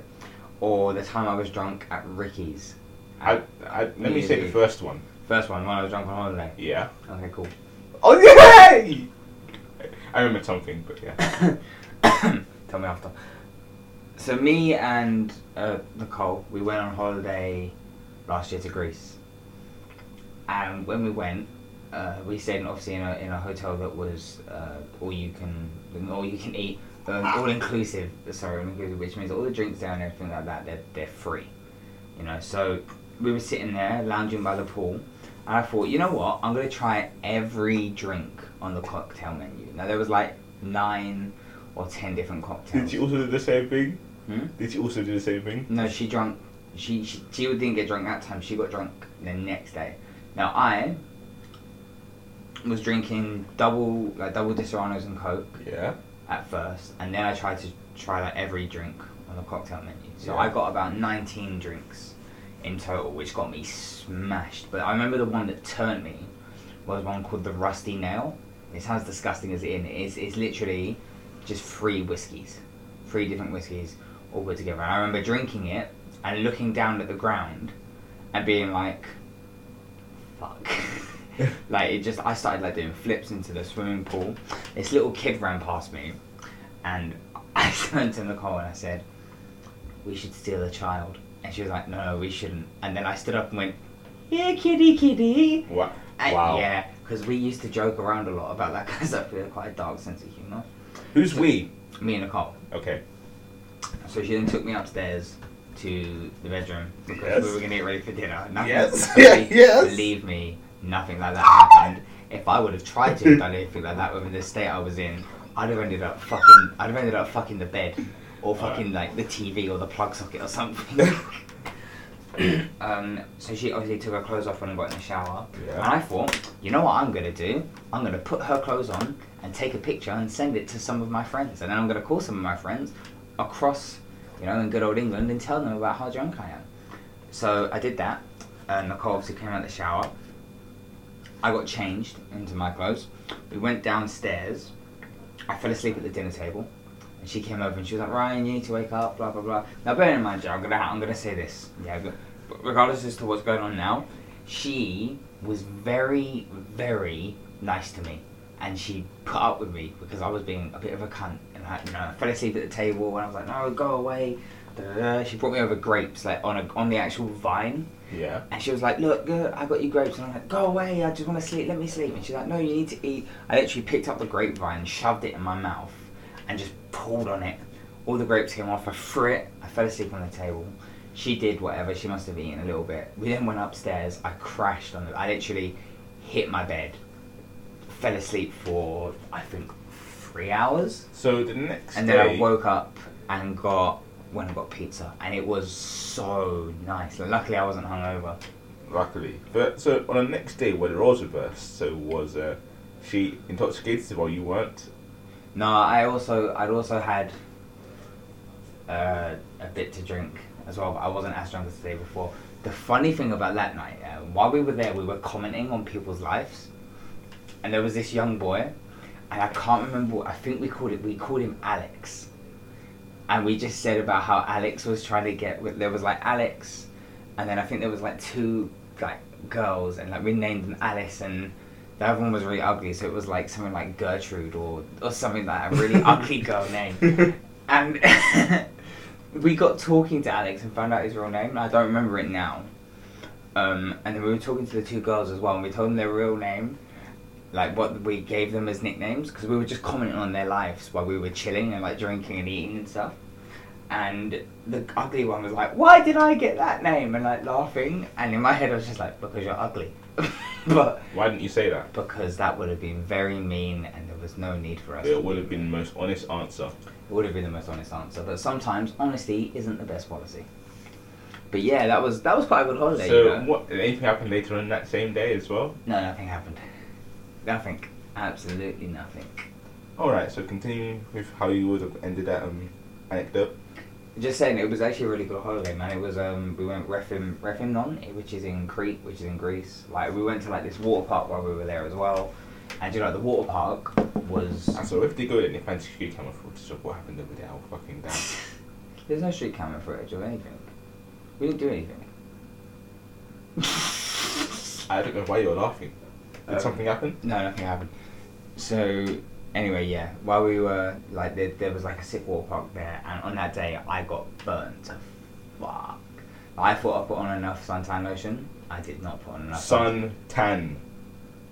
B: or the time I was drunk at Ricky's.
C: I, I, let me say the first one.
B: First one, when I was drunk on holiday.
C: Yeah.
B: Okay, cool. Oh yay!
C: I remember something, but yeah.
B: Tell me after. So me and uh, Nicole, we went on holiday last year to Greece, and when we went, uh, we stayed in, obviously in a, in a hotel that was uh, all you can all you can eat, um, all inclusive. Sorry, all inclusive, which means all the drinks there and everything like that. They're they're free, you know. So we were sitting there lounging by the pool, and I thought, you know what? I'm gonna try every drink on the cocktail menu. Now there was like nine or ten different
C: Did
B: cocktails.
C: she also do the same thing?
B: Hmm?
C: Did she also do the same thing?
B: No, she drunk. She, she she didn't get drunk that time. She got drunk the next day. Now I was drinking double like double Di Serrano's and Coke
C: Yeah.
B: at first, and then I tried to try like every drink on the cocktail menu. So
C: Yeah.
B: I got about nineteen drinks in total, which got me smashed. But I remember the one that turned me was one called the Rusty Nail. It sounds disgusting as it in. It's it's literally just three whiskies, three different whiskies all put together. And I remember drinking it and looking down at the ground and being like, "Fuck." like it just I started like doing flips into the swimming pool. This little kid ran past me and I turned to Nicole and I said, We should steal a child and she was like, No, we shouldn't and then I stood up and went, Here kitty kitty
C: Wow.
B: and,
C: wow.
B: Yeah, because we used to joke around a lot about that because we had quite a dark sense of humour.
C: Who's we?
B: Me and Nicole.
C: Okay.
B: So she then took me upstairs to the bedroom because
C: Yes.
B: we were gonna get ready for dinner. Nothing,
C: Yes.
B: believe-
C: Yes.
B: Believe me, nothing like that happened. If I would have tried to have done anything like that within the state I was in, I'd have ended up fucking. I'd have ended up fucking the bed, or fucking like the TV or the plug socket or something. um, so she obviously took her clothes off when I got in the shower,
C: Yeah.
B: and I thought, you know what I'm gonna do? I'm gonna put her clothes on and take a picture and send it to some of my friends, and then I'm gonna call some of my friends across, you know, in good old England and tell them about how drunk I am. So I did that, and Nicole obviously came out of the shower. I got changed into my clothes. We went downstairs. I fell asleep at the dinner table, and she came over and she was like, "Ryan, you need to wake up." Blah blah blah. Now, bear in mind, Joe, I'm gonna I'm gonna say this. Yeah, but regardless as to what's going on now, she was very very nice to me, and she put up with me because I was being a bit of a cunt, and I, you know, I fell asleep at the table, and I was like, "No, go away." Da, da, da. She brought me over grapes, like on a on the actual vine.
C: Yeah.
B: And she was like, look, go- I got you grapes. And I'm like, go away, I just want to sleep, let me sleep. And she's like, no, you need to eat. I literally picked up the grapevine, shoved it in my mouth, and just pulled on it. All the grapes came off, I threw it, I fell asleep on the table. She did whatever, she must have eaten a little bit. We then went upstairs, I crashed on the, I literally hit my bed, fell asleep for, I think, three hours.
C: So the next
B: And
C: day.
B: then I woke up and got, when I got pizza, and it was so nice. Luckily, I wasn't hungover.
C: Luckily, but so on the next day where the roles reversed, so was uh, she intoxicated while you weren't?
B: No, I also I'd also had uh, a bit to drink as well. But I wasn't as drunk as the day before. The funny thing about that night, uh, while we were there, we were commenting on people's lives, and there was this young boy, and I can't remember. what- I think we called it we called him Alex, and we just said about how Alex was trying to get. with- There was like Alex, and then I think there was like two like girls, and like we named them Alice and. The other one was really ugly, so it was like something like Gertrude or, or something like a really ugly girl name. And we got talking to Alex and found out his real name, and I don't remember it now. Um, and then we were talking to the two girls as well, and we told them their real name, like what we gave them as nicknames, because we were just commenting on their lives while we were chilling and like drinking and eating and stuff. And the ugly one was like, "Why did I get that name?" and like laughing. And in my head, I was just like, "Because you're ugly." but
C: Why didn't you say that?
B: because that would have been very mean and there was no need for us.
C: It would have been the most honest answer.
B: It would have been the most honest answer, but sometimes honesty isn't the best policy. But yeah, that was that was quite a good holiday.
C: so
B: you know?
C: what? did Anything happened later on that same day as well?
B: No, nothing happened. Nothing. Absolutely nothing.
C: All right. So continue with how you would have ended that um, anecdote.
B: Just saying, it was actually a really good holiday, man. It was um, we went Refim Refimnon, which is in Crete, which is in Greece. Like we went to like this water park while we were there as well, and you know the water park was
C: And so if they go in, they find security camera footage of what happened over there, I'll fucking down.
B: There's no street camera footage of anything. We didn't do anything.
C: I don't know why you're laughing. Did
B: Um,
C: something happen?
B: No, nothing happened. So anyway, yeah, while we were like there, there was like a sick wall park there, and on that day I got burnt. to Fuck. I thought I put on enough suntan lotion. I did not put on enough
C: Sun tan.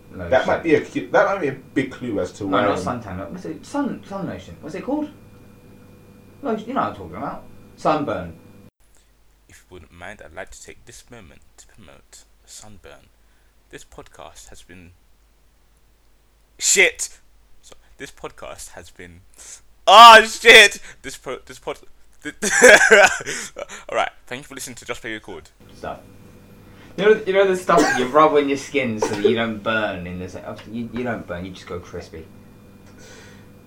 B: sun lotion.
C: That might be a cu- that might be a big clue as to
B: no,
C: why. um,
B: not suntan. lo- What's it? Sun sun lotion. What's it called? Lotion. You know what I'm talking about. Sunburn.
A: If you wouldn't mind, I'd like to take this moment to promote Sunburn. This podcast has been. Shit! So, this podcast has been. Oh shit! This pro- this pod. Alright, thank you for listening to Just Play Record.
B: stuff. You know, you know the stuff that you rub on your skin so that you don't burn in the sa- oh, you, you don't burn, you just go crispy.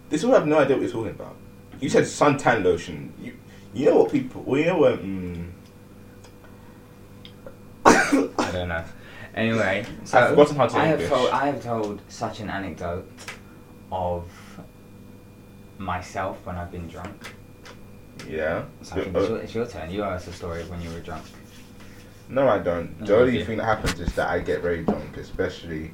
C: This will have no idea what you're talking about. You said suntan lotion. You you know what people? Well, you know what? Mm,
B: I don't know. Anyway, so
C: I've forgotten how to
B: I
C: do
B: have
C: this.
B: told I have told such an anecdote of myself when I've been drunk.
C: yeah. uh,
B: So I think it's, your, it's your turn. You owe us a story of when you were drunk.
C: No, I don't. The
B: Oh,
C: only
B: okay.
C: thing that happens is that I get very drunk, especially.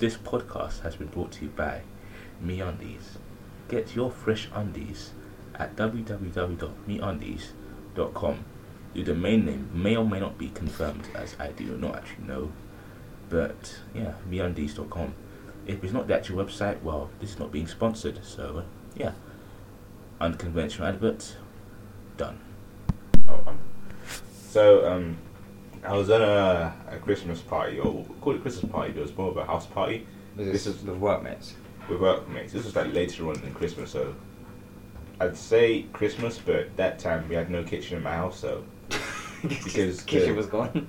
C: This podcast has been brought to you by MeUndies. Get your fresh undies at www.meundies.com. Your domain name may or may not be confirmed, as I do not actually know. But yeah, meundies.com. If it's not the actual website, well, this is not being sponsored, so uh, yeah. Unconventional advert, done. Oh, um, so um, I was at a, a Christmas party, or we'll call it Christmas party, but it was more of a house party This is-
B: with workmates.
C: with workmates. This was like later on than Christmas, so I'd say Christmas, but that time we had no kitchen in my house, so Because
B: kitchen
C: the-
B: was gone.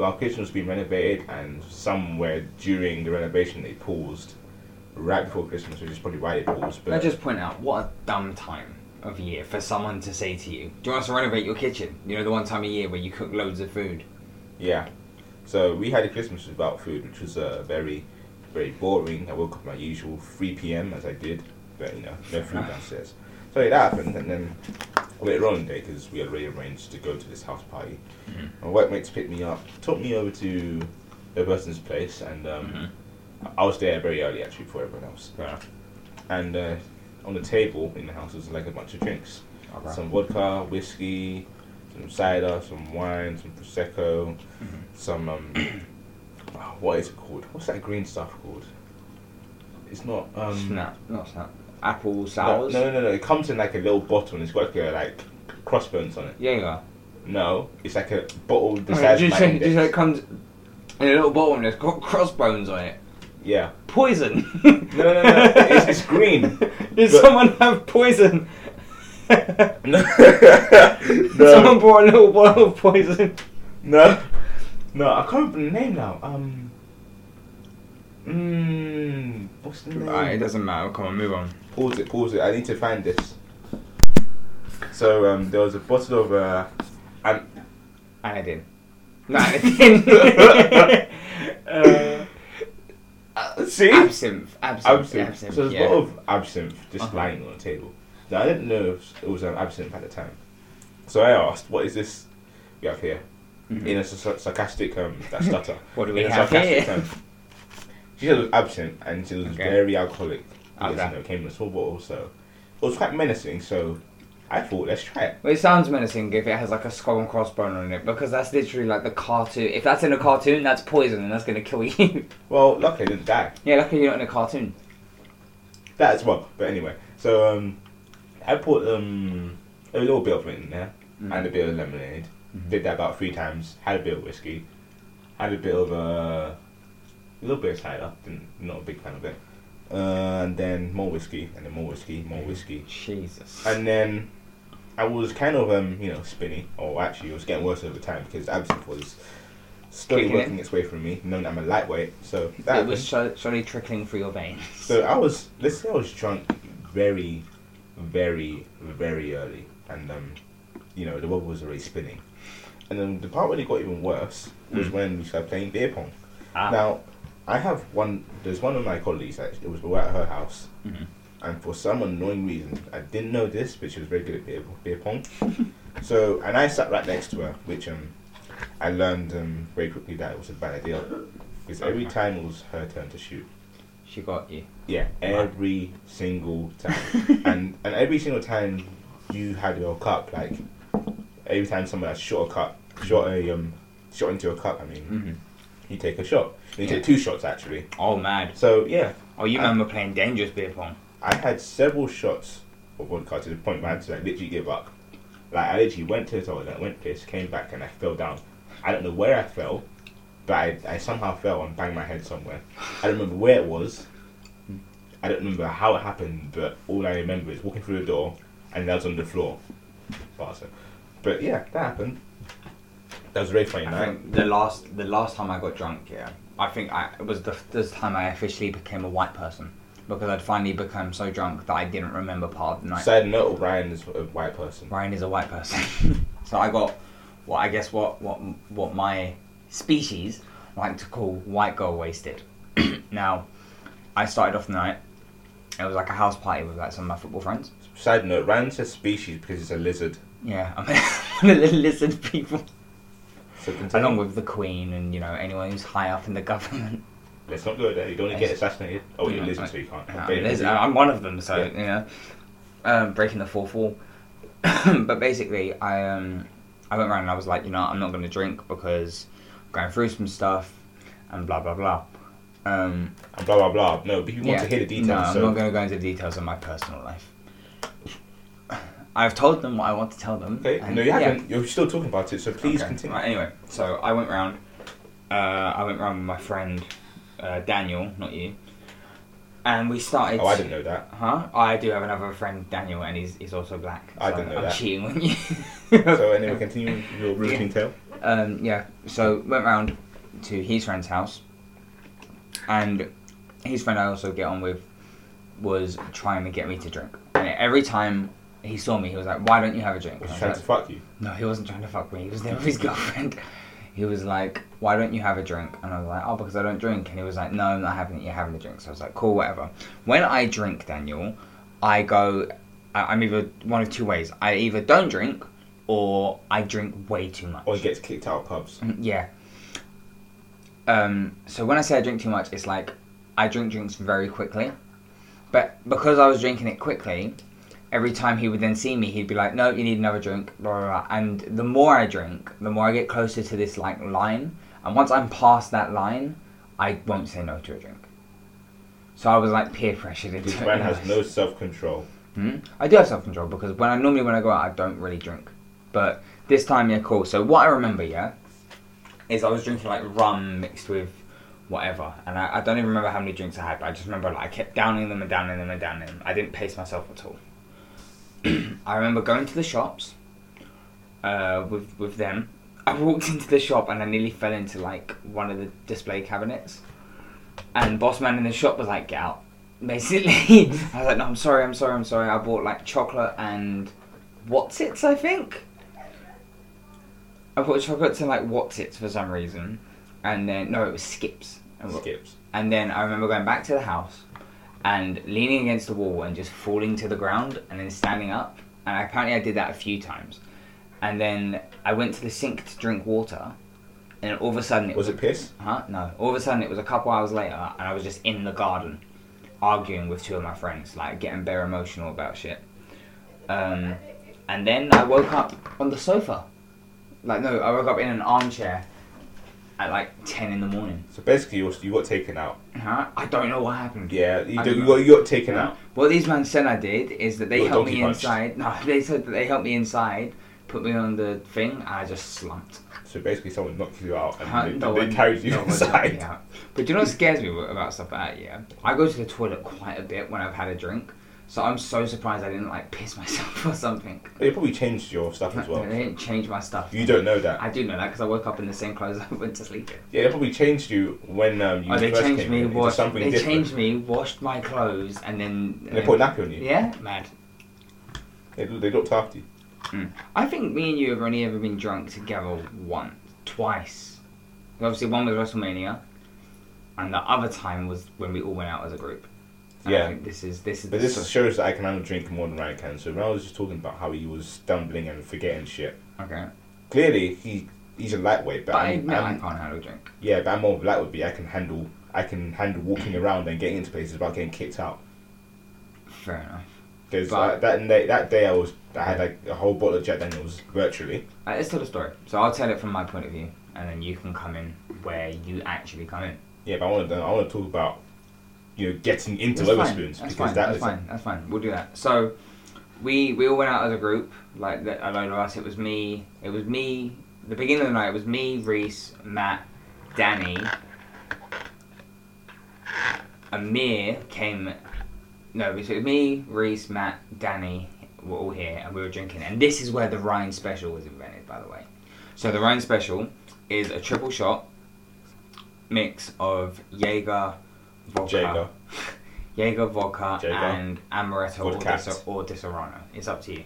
C: our kitchen was being renovated, and somewhere during the renovation they paused right before Christmas, which is probably why they paused.
B: Can I
C: But
B: just point out what a dumb time of year for someone to say to you, "Do you want us to renovate your kitchen?" You know the one time a year where you cook loads of food.
C: Yeah. So we had a Christmas without food, which was uh, very, very boring. I woke up my usual 3 p.m. as I did, but you know, no food downstairs. So it happened, and then later on in the day, because we had already arranged to go to this house party,
B: Mm-hmm.
C: my workmates picked me up, took me over to the person's place, and um,
B: Mm-hmm.
C: I was there very early actually before everyone else. And uh, on the table in the house was like a bunch of drinks
B: Alright.
C: some vodka, whiskey, some cider, some wine, some prosecco,
B: Mm-hmm.
C: some um, ah, what is it called? What's that green stuff called? It's not um.
B: snap, not snap. Apple
C: No,
B: sours.
C: no, no, no. It comes in like a little bottle, and it's got like, a, like crossbones on it.
B: Yeah, you are.
C: No, it's like a bottle the
B: Okay,
C: size of
B: just
C: my
B: Oh, say, just say it
C: index.
B: comes in a little bottle and it's got crossbones on it.
C: Yeah.
B: Poison.
C: No, no, no, no. it's, it's green.
B: Did
C: but-
B: someone have poison?
C: No.
B: Someone
C: no.
B: brought a little bottle of poison.
C: No. No. I can't remember the name now. Um. Mm, what's the name?
B: doesn't matter. Come on, move on.
C: Pause it, pause it. I need to find this. So um, there was a bottle of uh, an
B: Iodine. No, iodine. uh,
C: uh, see
B: absinthe. Absinthe.
C: absinthe.
B: Absinthe.
C: So there's a
B: yeah.
C: bottle of absinthe just
B: Uh-huh.
C: lying on the table. Now I didn't know if it was um, absinthe at the time, so I asked, "What is this we have here?" In a sar- sarcastic um, that stutter.
B: Mm-hmm. What do
C: In
B: we
C: a
B: have
C: sarcastic
B: here?
C: tone. She said it was absinthe and she was
B: Okay. Oh,
C: very alcoholic. Yes,
B: Okay.
C: you know, it came in a small bottle, so it was quite menacing. So I thought, let's try it.
B: Well, it sounds menacing if it has like a skull and crossbone on it because that's literally like the cartoon. If that's in a cartoon, that's poison and that's gonna kill you.
C: Well, luckily I didn't die.
B: Yeah, luckily you're not in a cartoon.
C: That as well. But anyway, so um, I put um a little bit of mint in there Mm.
B: Mm.
C: and a bit of lemonade.
B: Mm-hmm.
C: Did that about three times. Had a bit of whiskey. Had a bit of uh, a little bit of cider. Didn't, not a big fan of it. Uh, and then more whiskey, and then more whiskey, more
B: Mm-hmm.
C: whiskey,
B: Jesus.
C: and then I was kind of um you know spinny, or actually it was getting worse over time because absinthe was slowly
B: Kicking in.
C: working its way through me. Knowing I'm a lightweight, so that
B: it was slo- slowly trickling through your veins.
C: so I was, let's say I was drunk very, very, very early, and um, you know the world was already spinning. And then the part where it got even worse
B: Hmm.
C: was when we started playing beer pong.
B: Ah.
C: Now, I have one. There's one of my colleagues that it was we were at her house,
B: Mm-hmm.
C: and for some annoying reason, I didn't know this, but she was very good at beer, beer pong. so, and I sat right next to her, which um, I learned um, very quickly that it was a bad idea because every
B: Okay.
C: time it was her turn to shoot.
B: She got you.
C: Yeah, every single time, and and every single time you had your cup, like every time someone has shot a cup, shot a um, shot into a cup. I mean,
B: hmm
C: you take a shot. You
B: Yeah.
C: take two shots actually.
B: Oh, mad.
C: So yeah,
B: Oh, you
C: I-
B: remember playing Dangerous Beer Pong?
C: I had several shots of vodka to the point where I had to like literally give up. Like I literally went to the toilet, went piss, came back, and I fell down. I don't know where I fell, but I, I somehow fell and banged my head somewhere. I don't remember where it was. I don't remember how it happened, but all I remember is walking through the door and I was on the floor. Bastard. But yeah, that happened. That was a very funny
B: I
C: night.
B: think the last the last time I got drunk, yeah, I think I, it was the first time I officially became a white person because I'd finally become so drunk that I didn't remember part of the night.
C: Side note: Ryan is a white person.
B: Ryan is a white person, so I got what I guess what what what my species like to call white girl wasted. now, I started off the night. It was like a house party with like some of my football friends.
C: Side note: Ryan says species because he's a lizard.
B: Yeah, I'm a little lizard people.
C: So continue.
B: Along with the Queen and you know anyone who's high up in the government.
C: Let's not go there. You don't want to get assassinated. Oh, you're
B: Yeah,
C: listening,
B: right.
C: so you can't.
B: No,
C: Okay.
B: there's- I'm one of them, so
C: Yeah.
B: you know, um, breaking the fourth wall. but basically, I um, I went around and I was like, you know, I'm not going to drink because I'm going through some stuff and blah blah blah. Um,
C: And blah blah blah. No, but you want to hear the details.
B: No,
C: so
B: I'm not going to go into details of my personal life. I've told them what I want to tell them.
C: okay.
B: and-
C: no, you
B: yeah.
C: haven't. You're still talking about it. So please
B: Okay.
C: continue.
B: Right, anyway, so I went round. Uh, I went round with my friend uh, Daniel, not you, and we started.
C: Oh, I didn't know that.
B: Huh? I do have another friend, Daniel, and he's, he's also black.
C: I didn't know
B: I'm
C: that.
B: cheating on you.
C: So anyway, continue with your routine tale.
B: um, yeah, so went round to his friend's house, and his friend I also get on with was trying to get me to drink. And every time he saw me, he was like, "Why don't you have a drink?"
C: Was
B: And
C: he
B: I
C: trying
B: was
C: to fuck you?
B: like, no, he wasn't trying to fuck me. He was there with his girlfriend. He was like, "Why don't you have a drink?" And I was like, "Oh, because I don't drink." And he was like, "No, I'm not having it. You're having a drink." So I was like, "Cool, whatever." When I drink, Daniel, I go. I- I'm either one of two ways. I either don't drink, or I drink way too much.
C: Or he gets kicked out of pubs.
B: Mm, Yeah. Um, so when I say I drink too much, it's like I drink drinks very quickly. But because I was drinking it quickly, every time he would then see me, he'd be like, "No, you need another drink." Blah blah. blah. And the more I drink, the more I get closer to this like line. And once I'm past that line, I won't say no to a drink. So I was like peer pressured into
C: This
B: it.
C: man has no self control.
B: Hmm? I do have self control because when I normally when I go out I don't really drink, but this time yeah cool. So what I remember yeah, is I was drinking like rum mixed with whatever, and I, I don't even remember how many drinks I had, but I just remember like I kept downing them and downing them and downing them. I didn't pace myself at all. I remember going to the shops uh, with with them. I walked into the shop and I nearly fell into like one of the display cabinets, and boss man in the shop was like, "Get out." basically. I was like, no, I'm sorry, I'm sorry, I'm sorry. I bought like chocolate and what's its, I think. I bought chocolate and like what's its for some reason, and then no, it was skips. And what-
C: Skips.
B: and then I remember going back to the house and leaning against the wall and just falling to the ground and then standing up. And apparently I did that a few times. And then I went to the sink to drink water, and all of a sudden it
C: Was it piss?
B: Huh? No. All of a sudden, it was a couple hours later, and I was just in the garden, arguing with two of my friends, like getting very emotional about shit. Um, and then I woke up on the sofa. Like, no, I woke up in an armchair at like 10 in the morning.
C: So basically, you, was, you got taken out.
B: Huh? I don't know what happened.
C: Yeah, you,
B: I
C: do,
B: don't
C: you,
B: know.
C: got, you got taken out.
B: What these men said I did is that they
C: You were
B: helped
C: donkey
B: me
C: punched.
B: inside. No, they said that they helped me inside, put me on the thing, and I just slumped.
C: So basically, someone knocked you out and
B: Huh?
C: they,
B: No
C: they
B: one-
C: carried you
B: no one knocked me
C: inside.
B: out. But do you know what scares me about stuff like that? Yeah, I go to the toilet quite a bit when I've had a drink, so I'm so surprised I didn't like piss myself or something.
C: They probably changed your stuff as
B: They
C: well.
B: didn't change my stuff.
C: You don't know that.
B: I do know that because I woke up in the same clothes I went to sleep in.
C: Yeah, they probably changed you when um, you
B: Oh, they
C: first
B: changed
C: came
B: me,
C: in into
B: washed.
C: something
B: They
C: different.
B: changed me, washed my clothes, and then.
C: And they put a nappy on you.
B: yeah, mad.
C: They, they looked after you.
B: I think me and you have only ever been drunk together once, twice. Obviously, one was WrestleMania, and the other time was when we all went out as a group. And I
C: Yeah.
B: think this is this is.
C: But this shows that I can handle drink more than Ryan can. So when I was just talking about how he was stumbling and forgetting shit,
B: okay.
C: clearly he he's a lightweight, but,
B: But I
C: I'm,
B: admit I
C: I'm-
B: can't handle drink.
C: yeah, but I'm more of a lightweight. I can handle I can handle walking around and getting into places without getting kicked out.
B: Fair enough.
C: Because
B: But-
C: uh, that day, that day I was I had like a whole bottle of Jack Daniels virtually.
B: Uh, let's tell the story. So I'll tell it from my point of view, and then you can come in where you actually come in.
C: Yeah, but I want to I want to talk about you know getting into
B: That's fine.
C: Weatherspoons
B: That's
C: because that
B: fine. that's
C: was
B: fine. That's fine. We'll do that. So we we all went out as a group, like the, a load of us. It was me. It was me. The beginning of the night. It was me, Reese, Matt, Danny. Amir came. No, it was me, Reese, Matt, Danny. We're all here, and we were drinking. And this is where the Rhine Special was invented, by the way. So the Rhine Special is a triple shot mix of Jaeger, vodka,
C: Jaeger.
B: Jaeger vodka
C: Jaeger.
B: and amaretto or,
C: Vodka.
B: Dis- or Disaronno. It's up to you.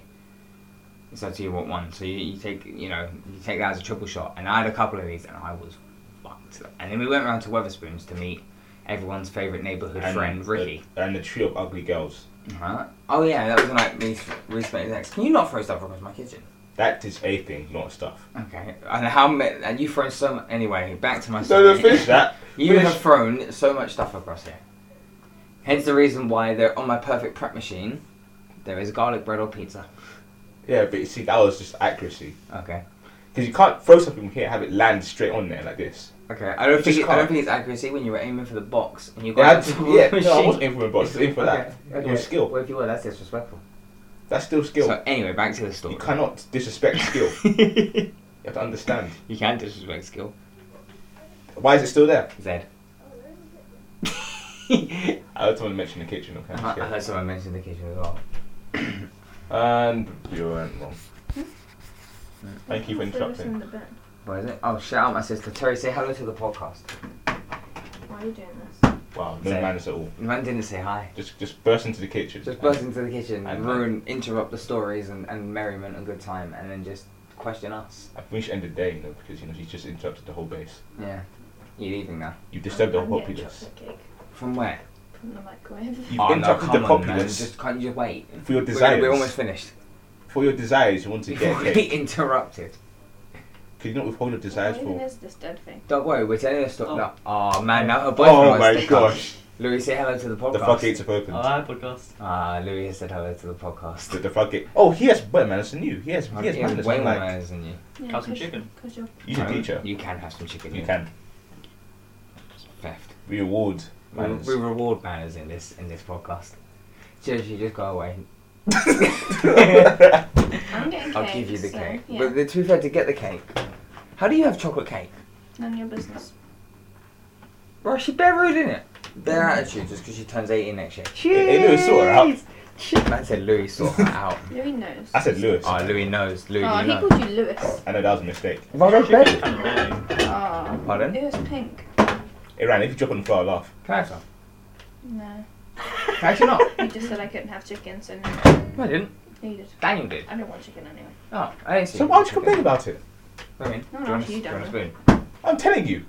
B: It's up to you what one. So you, you take you know you take that as a triple shot. And I had a couple of these and I was fucked. And then we went round to Weatherspoons to meet everyone's favourite neighbourhood
C: and
B: friend
C: the-
B: Ricky.
C: and the trio of ugly girls.
B: Huh? Oh yeah, that was the night we respect his ex. Can you not throw stuff across my kitchen?
C: That is a thing, not stuff.
B: Okay. And how many? And you thrown so mu- anyway. Back to my
C: So
B: story.
C: no, finish that.
B: You
C: Finish.
B: have thrown so much stuff across here. Hence the reason why they're on my perfect prep machine. There is garlic bread or pizza.
C: Yeah, but you see, that was just accuracy
B: Okay.
C: because you can't throw something here and have it land straight on there like this.
B: Okay. I don't
C: It's
B: think
C: just
B: it, I don't
C: hard.
B: think it's accuracy when you were aiming for the box and you
C: Yeah, I
B: got
C: just-
B: it on
C: yeah,
B: the
C: no, I
B: machine.
C: wasn't in for a box. I was in for that.
B: Okay.
C: It was skill.
B: Well, if you were, that's disrespectful.
C: That's still skill.
B: So anyway, back to the story.
C: you cannot disrespect skill. You
B: you
C: have to understand.
B: can disrespect skill.
C: Why is it still there?
B: Zed.
C: I heard someone mention the kitchen. Okay.
B: Uh-huh, I, I
C: Yeah.
B: heard someone mention the kitchen as well.
C: And you weren't wrong. Thank you for interrupting.
B: What is it? Oh, shout out my sister Terry. Say hello to the podcast.
D: Why are you doing this?
C: Wow, no
B: Same.
C: manners at all.
B: The man didn't say hi.
C: Just just burst into the kitchen.
B: Just burst into the kitchen
C: And-
B: and ruin, interrupt the stories and, and merriment and good time, and then just question us.
C: I think we should end the day, you know, because you know she's just interrupted the whole base.
B: Yeah, you leaving now?
C: You've disturbed the
D: I'm
C: whole
D: getting
C: populace.
D: chocolate cake
B: From where?
D: from the microwave.
C: You've interrupted the
B: man.
C: populace
B: Just can't you just wait?
C: for your
B: We're,
C: desires.
B: we're almost finished.
C: For your desires, you want to
B: Before
C: get
B: we
C: cake.
B: be interrupted.
C: Could you not withhold your desires
D: What even
C: for?
D: is this dead thing?
B: Don't worry, we're telling the story.
E: Oh.
B: No. Oh man, now her boyfriend
C: Oh
B: wants
C: my
B: to come.
C: gosh!
B: Louis, say hello to the podcast.
C: The floodgates have opened.
E: Alright, podcast.
B: Ah, Louis has said hello to the
C: The,
B: podcast.
C: the floodgate. Oh, he has better manners than you. He has. He has
B: I'm getting
C: manners.
B: way
C: I'm
B: more
C: like,
B: manners than you.
D: Yeah,
E: Have some
D: 'cause-
E: chicken.
D: 'cause you're
C: you should
B: No,
C: teach her.
B: You can have some chicken.
C: You
B: yeah.
C: can.
B: Theft.
C: We reward
B: We,
C: manners.
B: we reward manners in this in this podcast. Seriously, just go away.
D: I'm getting
B: I'll
D: cake,
B: give you the
D: so,
B: cake.
D: Yeah,
B: But the, to be fair, to get the cake, how do you have chocolate cake?
D: none of your business.
B: Right, she bare rude in it. Bare
D: Mm.
B: attitude just because she turns 18 next year. Cheers!
C: hey, Louis, sort her out.
B: Shit, man said Louis sort her out.
D: Louis knows.
C: I said Lewis.
B: Oh, Louis knows. Louis, you
D: oh, he
B: know.
D: called you Lewis.
C: I know that was a mistake.
B: Well, that's
E: Chicken
B: better.
E: and rolling.
D: Oh.
B: Pardon?
D: It was pink.
C: Hey, Ryan, if you drop on the floor, I'll laugh.
B: Can I have some?
D: No.
B: Can I actually not?
D: He just said I couldn't have chicken, so no.
B: No, I didn't.
D: No, you did.
B: Daniel did.
D: I don't want chicken anyway.
B: Oh, I didn't see
C: So why don't you complain about it?
B: I mean,
D: No,
B: do
D: no,
B: you want a-
D: you
B: do you want a
D: don't.
B: spoon?
C: I'm telling you.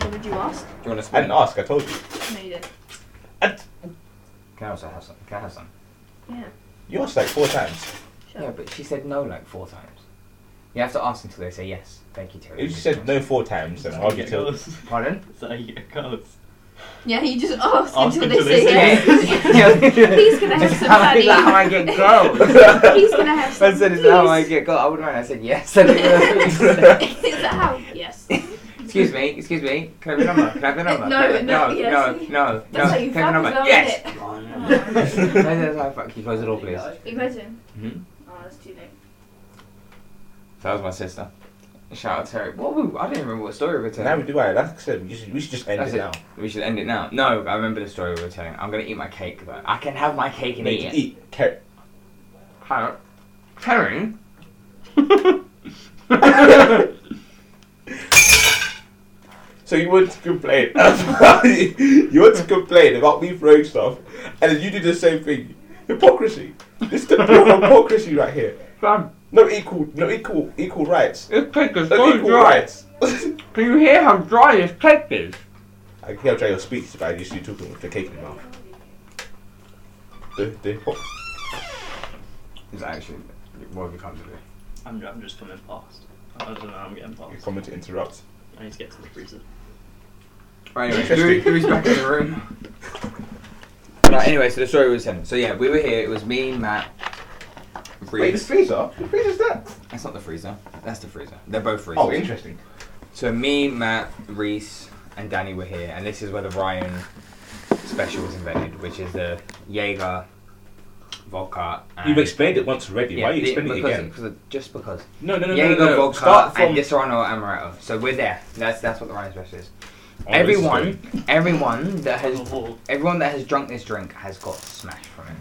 D: What would you ask?
B: Do you want a spoon?
C: I didn't ask. I told you.
D: No, you didn't.
C: I,
B: Can I also have some? Can I have some?
D: Yeah.
C: you asked like four times.
D: Sure.
B: Yeah, but she said no like four times. You have to ask until they say yes. Thank you, Terry.
C: If you said no four times, then
E: That's
C: I'll
E: how
C: get
E: it
C: to.
E: goes.
B: Pardon?
E: That's how it goes.
D: Yeah, you just
E: Ask
D: ask, until
E: until
D: they say
E: they
D: yes.
B: Please
D: can I have some
B: how, is that
D: honey?
B: how I get girls?
D: He's gonna have some.
B: I said, is that how I
D: please.
B: get girls? I wouldn't mind. I said, yes. I didn't know what you said.
D: Is that how? Yes.
B: excuse me, excuse me. Can I have your number? Can I have your number?
D: No,
B: Can I-
D: no,
B: no, no,
D: yes.
B: no,
D: That's
B: no.
D: how you
B: Can I have your
D: fuck
B: number?
D: as well,
B: Yes.
D: isn't
B: No, That's how I fuck you. Close it all, please.
D: Imagine.
B: Mhm.
D: Oh, that's too late.
B: So that was my sister. Shout out to Terry. What? we- I don't even remember what story we were
C: Now
B: telling.
C: we do it. Like I said, we should, we should just end
B: That's
C: it
B: it.
C: now.
B: We should end it now. No, I remember the story we were telling. I'm gonna eat my cake though. I can have my cake and
C: Mate,
B: eat it.
C: eat carrot.
B: How? Terry?
C: So you want to complain? about- you want to complain about me throwing stuff, and then you do the same thing. Hypocrisy. This is the pure hypocrisy right here.
B: Fam,
C: No equal, no equal, equal rights.
B: this cake is
C: No
B: so
C: equal
B: dry.
C: rights.
B: Can you hear how dry this cake is?
C: I can try your speech about you still talking with the cake in your mouth. The, the hypo-
B: It's actually what have you come to do?
E: I'm, I'm just coming past. I don't know how I'm getting past.
C: Comment to interrupt.
E: I need to get to the freezer.
B: Right, anyway,
C: Interesting.
B: Louis, Louis back in the room. Right, anyway, so the story was him. So yeah, we were here. It was me, Matt.
C: Wait, the
B: Freeze.
C: freezer? The freezer's there?
B: That's not the freezer. That's the freezer. They're both freezers.
C: Oh, interesting.
B: So me, Matt, Reese, and Danny were here, and this is where the Ryan special was invented, which is the Jaeger vodka. And
A: You've explained it once already. Why are you
B: the-
A: explaining it
B: because-
A: again?
B: because- just because.
A: No, no, no, no,
B: Jaeger
A: no, no.
B: vodka
A: Start from.
B: and Disaronno amaretto. So we're there. That's that's what the Ryan special is.
A: Oh, this is
B: everyone,
A: good.
B: everyone that has
E: Oh,
B: everyone that has drunk this drink has got smashed from it.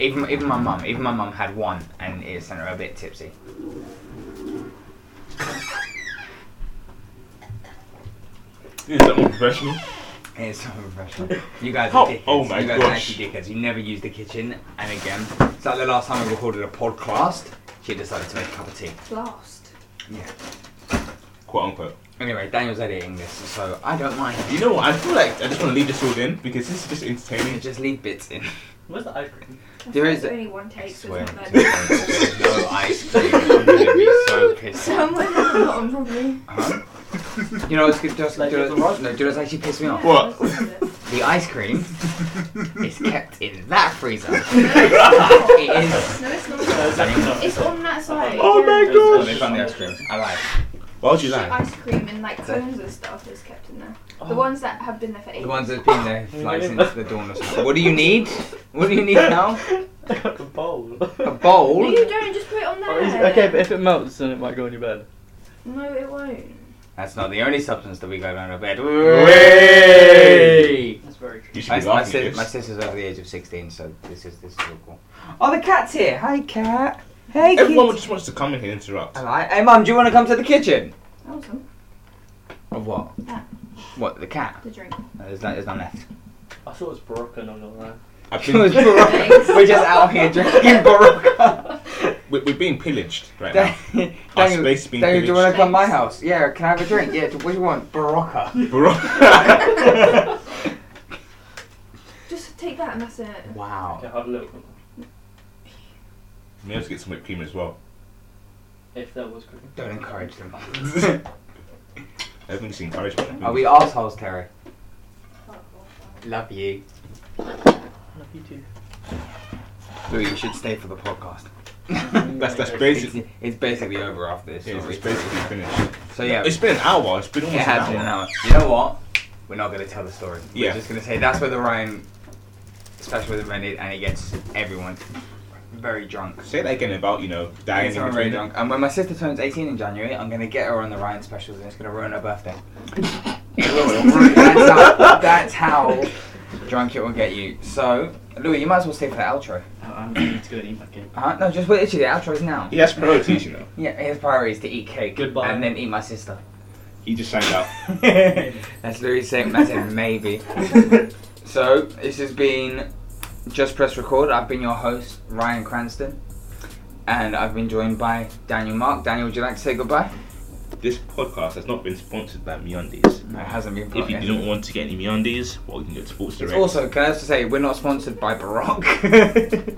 B: Even even my mum, even my mum had one, and it sent her a bit tipsy.
C: Is that more professional?
B: It's so professional. You guys
C: Oh,
B: are dickheads.
C: oh my
B: you guys
C: gosh.
B: are actually dickheads. You never use the kitchen. And again, it's like the last time we recorded a podcast, she decided to make a cup of tea.
D: Blast.
B: Yeah.
C: Quote unquote.
B: Anyway, Daniel's editing this, so I don't mind.
C: You know what? I feel like I just want to leave this all in because this is just entertaining.
B: Just leave bits in.
E: Where's the ice cream?
B: There is a-
D: only one
B: I
D: take.
B: swear.
D: Swear.
B: to God, no ice cream. I'm gonna be so pissed.
D: Someone has a lot on probably.
B: Huh? You know, it's good. Just,
E: Like
B: do you
E: it's a
B: know-
E: rock.
B: no, do you know what's actually pissed me off?
C: What?
B: The ice cream is kept in that freezer. It is
D: No, it's not.
E: No, it's actually not.
D: It's on that side.
C: Oh my
D: yeah.
C: god!
B: Oh, they found the ice cream. I lied.
C: Why would you
D: Shit
C: lie?
D: Ice cream and like cones and stuff is kept in there. The
E: Oh.
D: ones that have been there for ages.
B: The ones that have been there like since the dawn of time. What do you need? What do you need now?
E: a bowl.
B: A bowl?
D: No, you don't. Just put it on there.
E: okay, but if Oh, it melts, then it might go in your bed.
D: No, it won't.
B: That's not the only substance that we go around our bed.
C: Way!
E: That's very true.
C: You should
B: My,
C: be
B: my,
C: laughing
B: sis-
C: at
B: my
C: this.
B: sister's over the age of 16, so this is this is all cool. Oh, the cat's here! Hi, cat! Hey,
C: Everyone just wants to come in here and interrupt.
B: Alright, hey, mum, do you want to come to the kitchen?
D: Awesome.
B: Of what?
D: That.
B: What, the cat?
D: The drink.
B: No, there's, no, there's none left.
E: I thought it was Barocca, no, no, no.
C: I've
B: It was
C: been,
B: Barocca. We're just out here drinking Barocca.
C: we- we're being pillaged right
B: Dan-
C: now. Our
B: Daniel,
C: space being
B: Daniel, do you
C: pillaged.
B: want to come to my house? Yeah, can I have a drink? Yeah, what do you want? Barocca.
C: Bro-
D: Just take that and that's it.
E: Okay,
B: Wow.
E: have a look.
C: We have to get some whipped cream as well.
E: If there was cream.
B: Don't encourage them.
C: Everything's encouragement.
B: Are we assholes, Terry? Love you.
E: I love you too.
B: Louis, you should stay for the podcast.
C: That's that's
B: It's,
C: basically.
B: it's basically over after this.
C: Yeah,
B: sorry.
C: it's basically finished.
B: so yeah,
C: It's been an hour. It's been
B: it
C: almost
B: has
C: an
B: been an
C: hour.
B: hour. You know what? We're not going to tell the story. We're
C: Yeah.
B: just going to say that's where the Ryan special was invented, and it gets everyone very drunk.
C: Say that again about you know dying.
B: Yes, I'm very drunk. And when Um, my sister turns 18 in January, I'm going to get her on the Ryan specials and it's going to ruin her birthday. It will. that's, how, that's how drunk it will get you. So, Louis, you might as well stay for the outro.
E: Oh, I'm gonna need to go and eat my cake.
B: Uh, no, just wait, literally, the outro is now.
C: He has priorities, you know.
B: Yeah, his priority is to eat cake.
E: Goodbye.
B: And then eat my sister.
C: He just signed up.
B: That's Louis saying, that's it, maybe. So, this has been Just Press Record. I've been your host, Ryan Cranston. And I've been joined by Daniel Mark. Daniel, would you like to say goodbye?
C: This podcast has not been sponsored by MeUndies.
B: No, it hasn't been.
C: If you
B: broadcast.
C: don't want to get any MeUndies, well, you can go to Sports
B: It's
C: Direct.
B: also, can I also say, we're not sponsored by Baroque.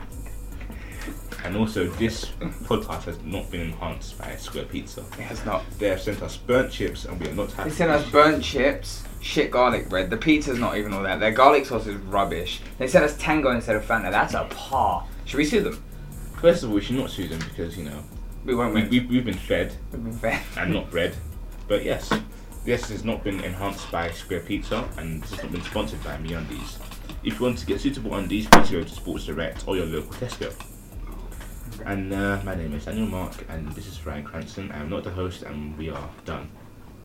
C: And also, this podcast has not been enhanced by Square Pizza.
B: it's not.
C: They have sent us burnt chips, and we are not happy.
B: They sent us burnt chips, shit garlic bread. The pizza's not even all that. Their garlic sauce is rubbish. They sent us Tango instead of Fanta. That's a par. Should we sue them?
C: First of all, we should not sue them because you know
B: We won't
C: we,
B: win.
C: we, we've been fed
B: We've been fair.
C: and not bred. But yes, this has not been enhanced by Square Pizza, and this has not been sponsored by MeUndies. If you want to get suitable undies, please go to Sports Direct or your local Tesco. And uh, my name is Daniel Mark, and this is Ryan Cranston. I am not the host, and we are done.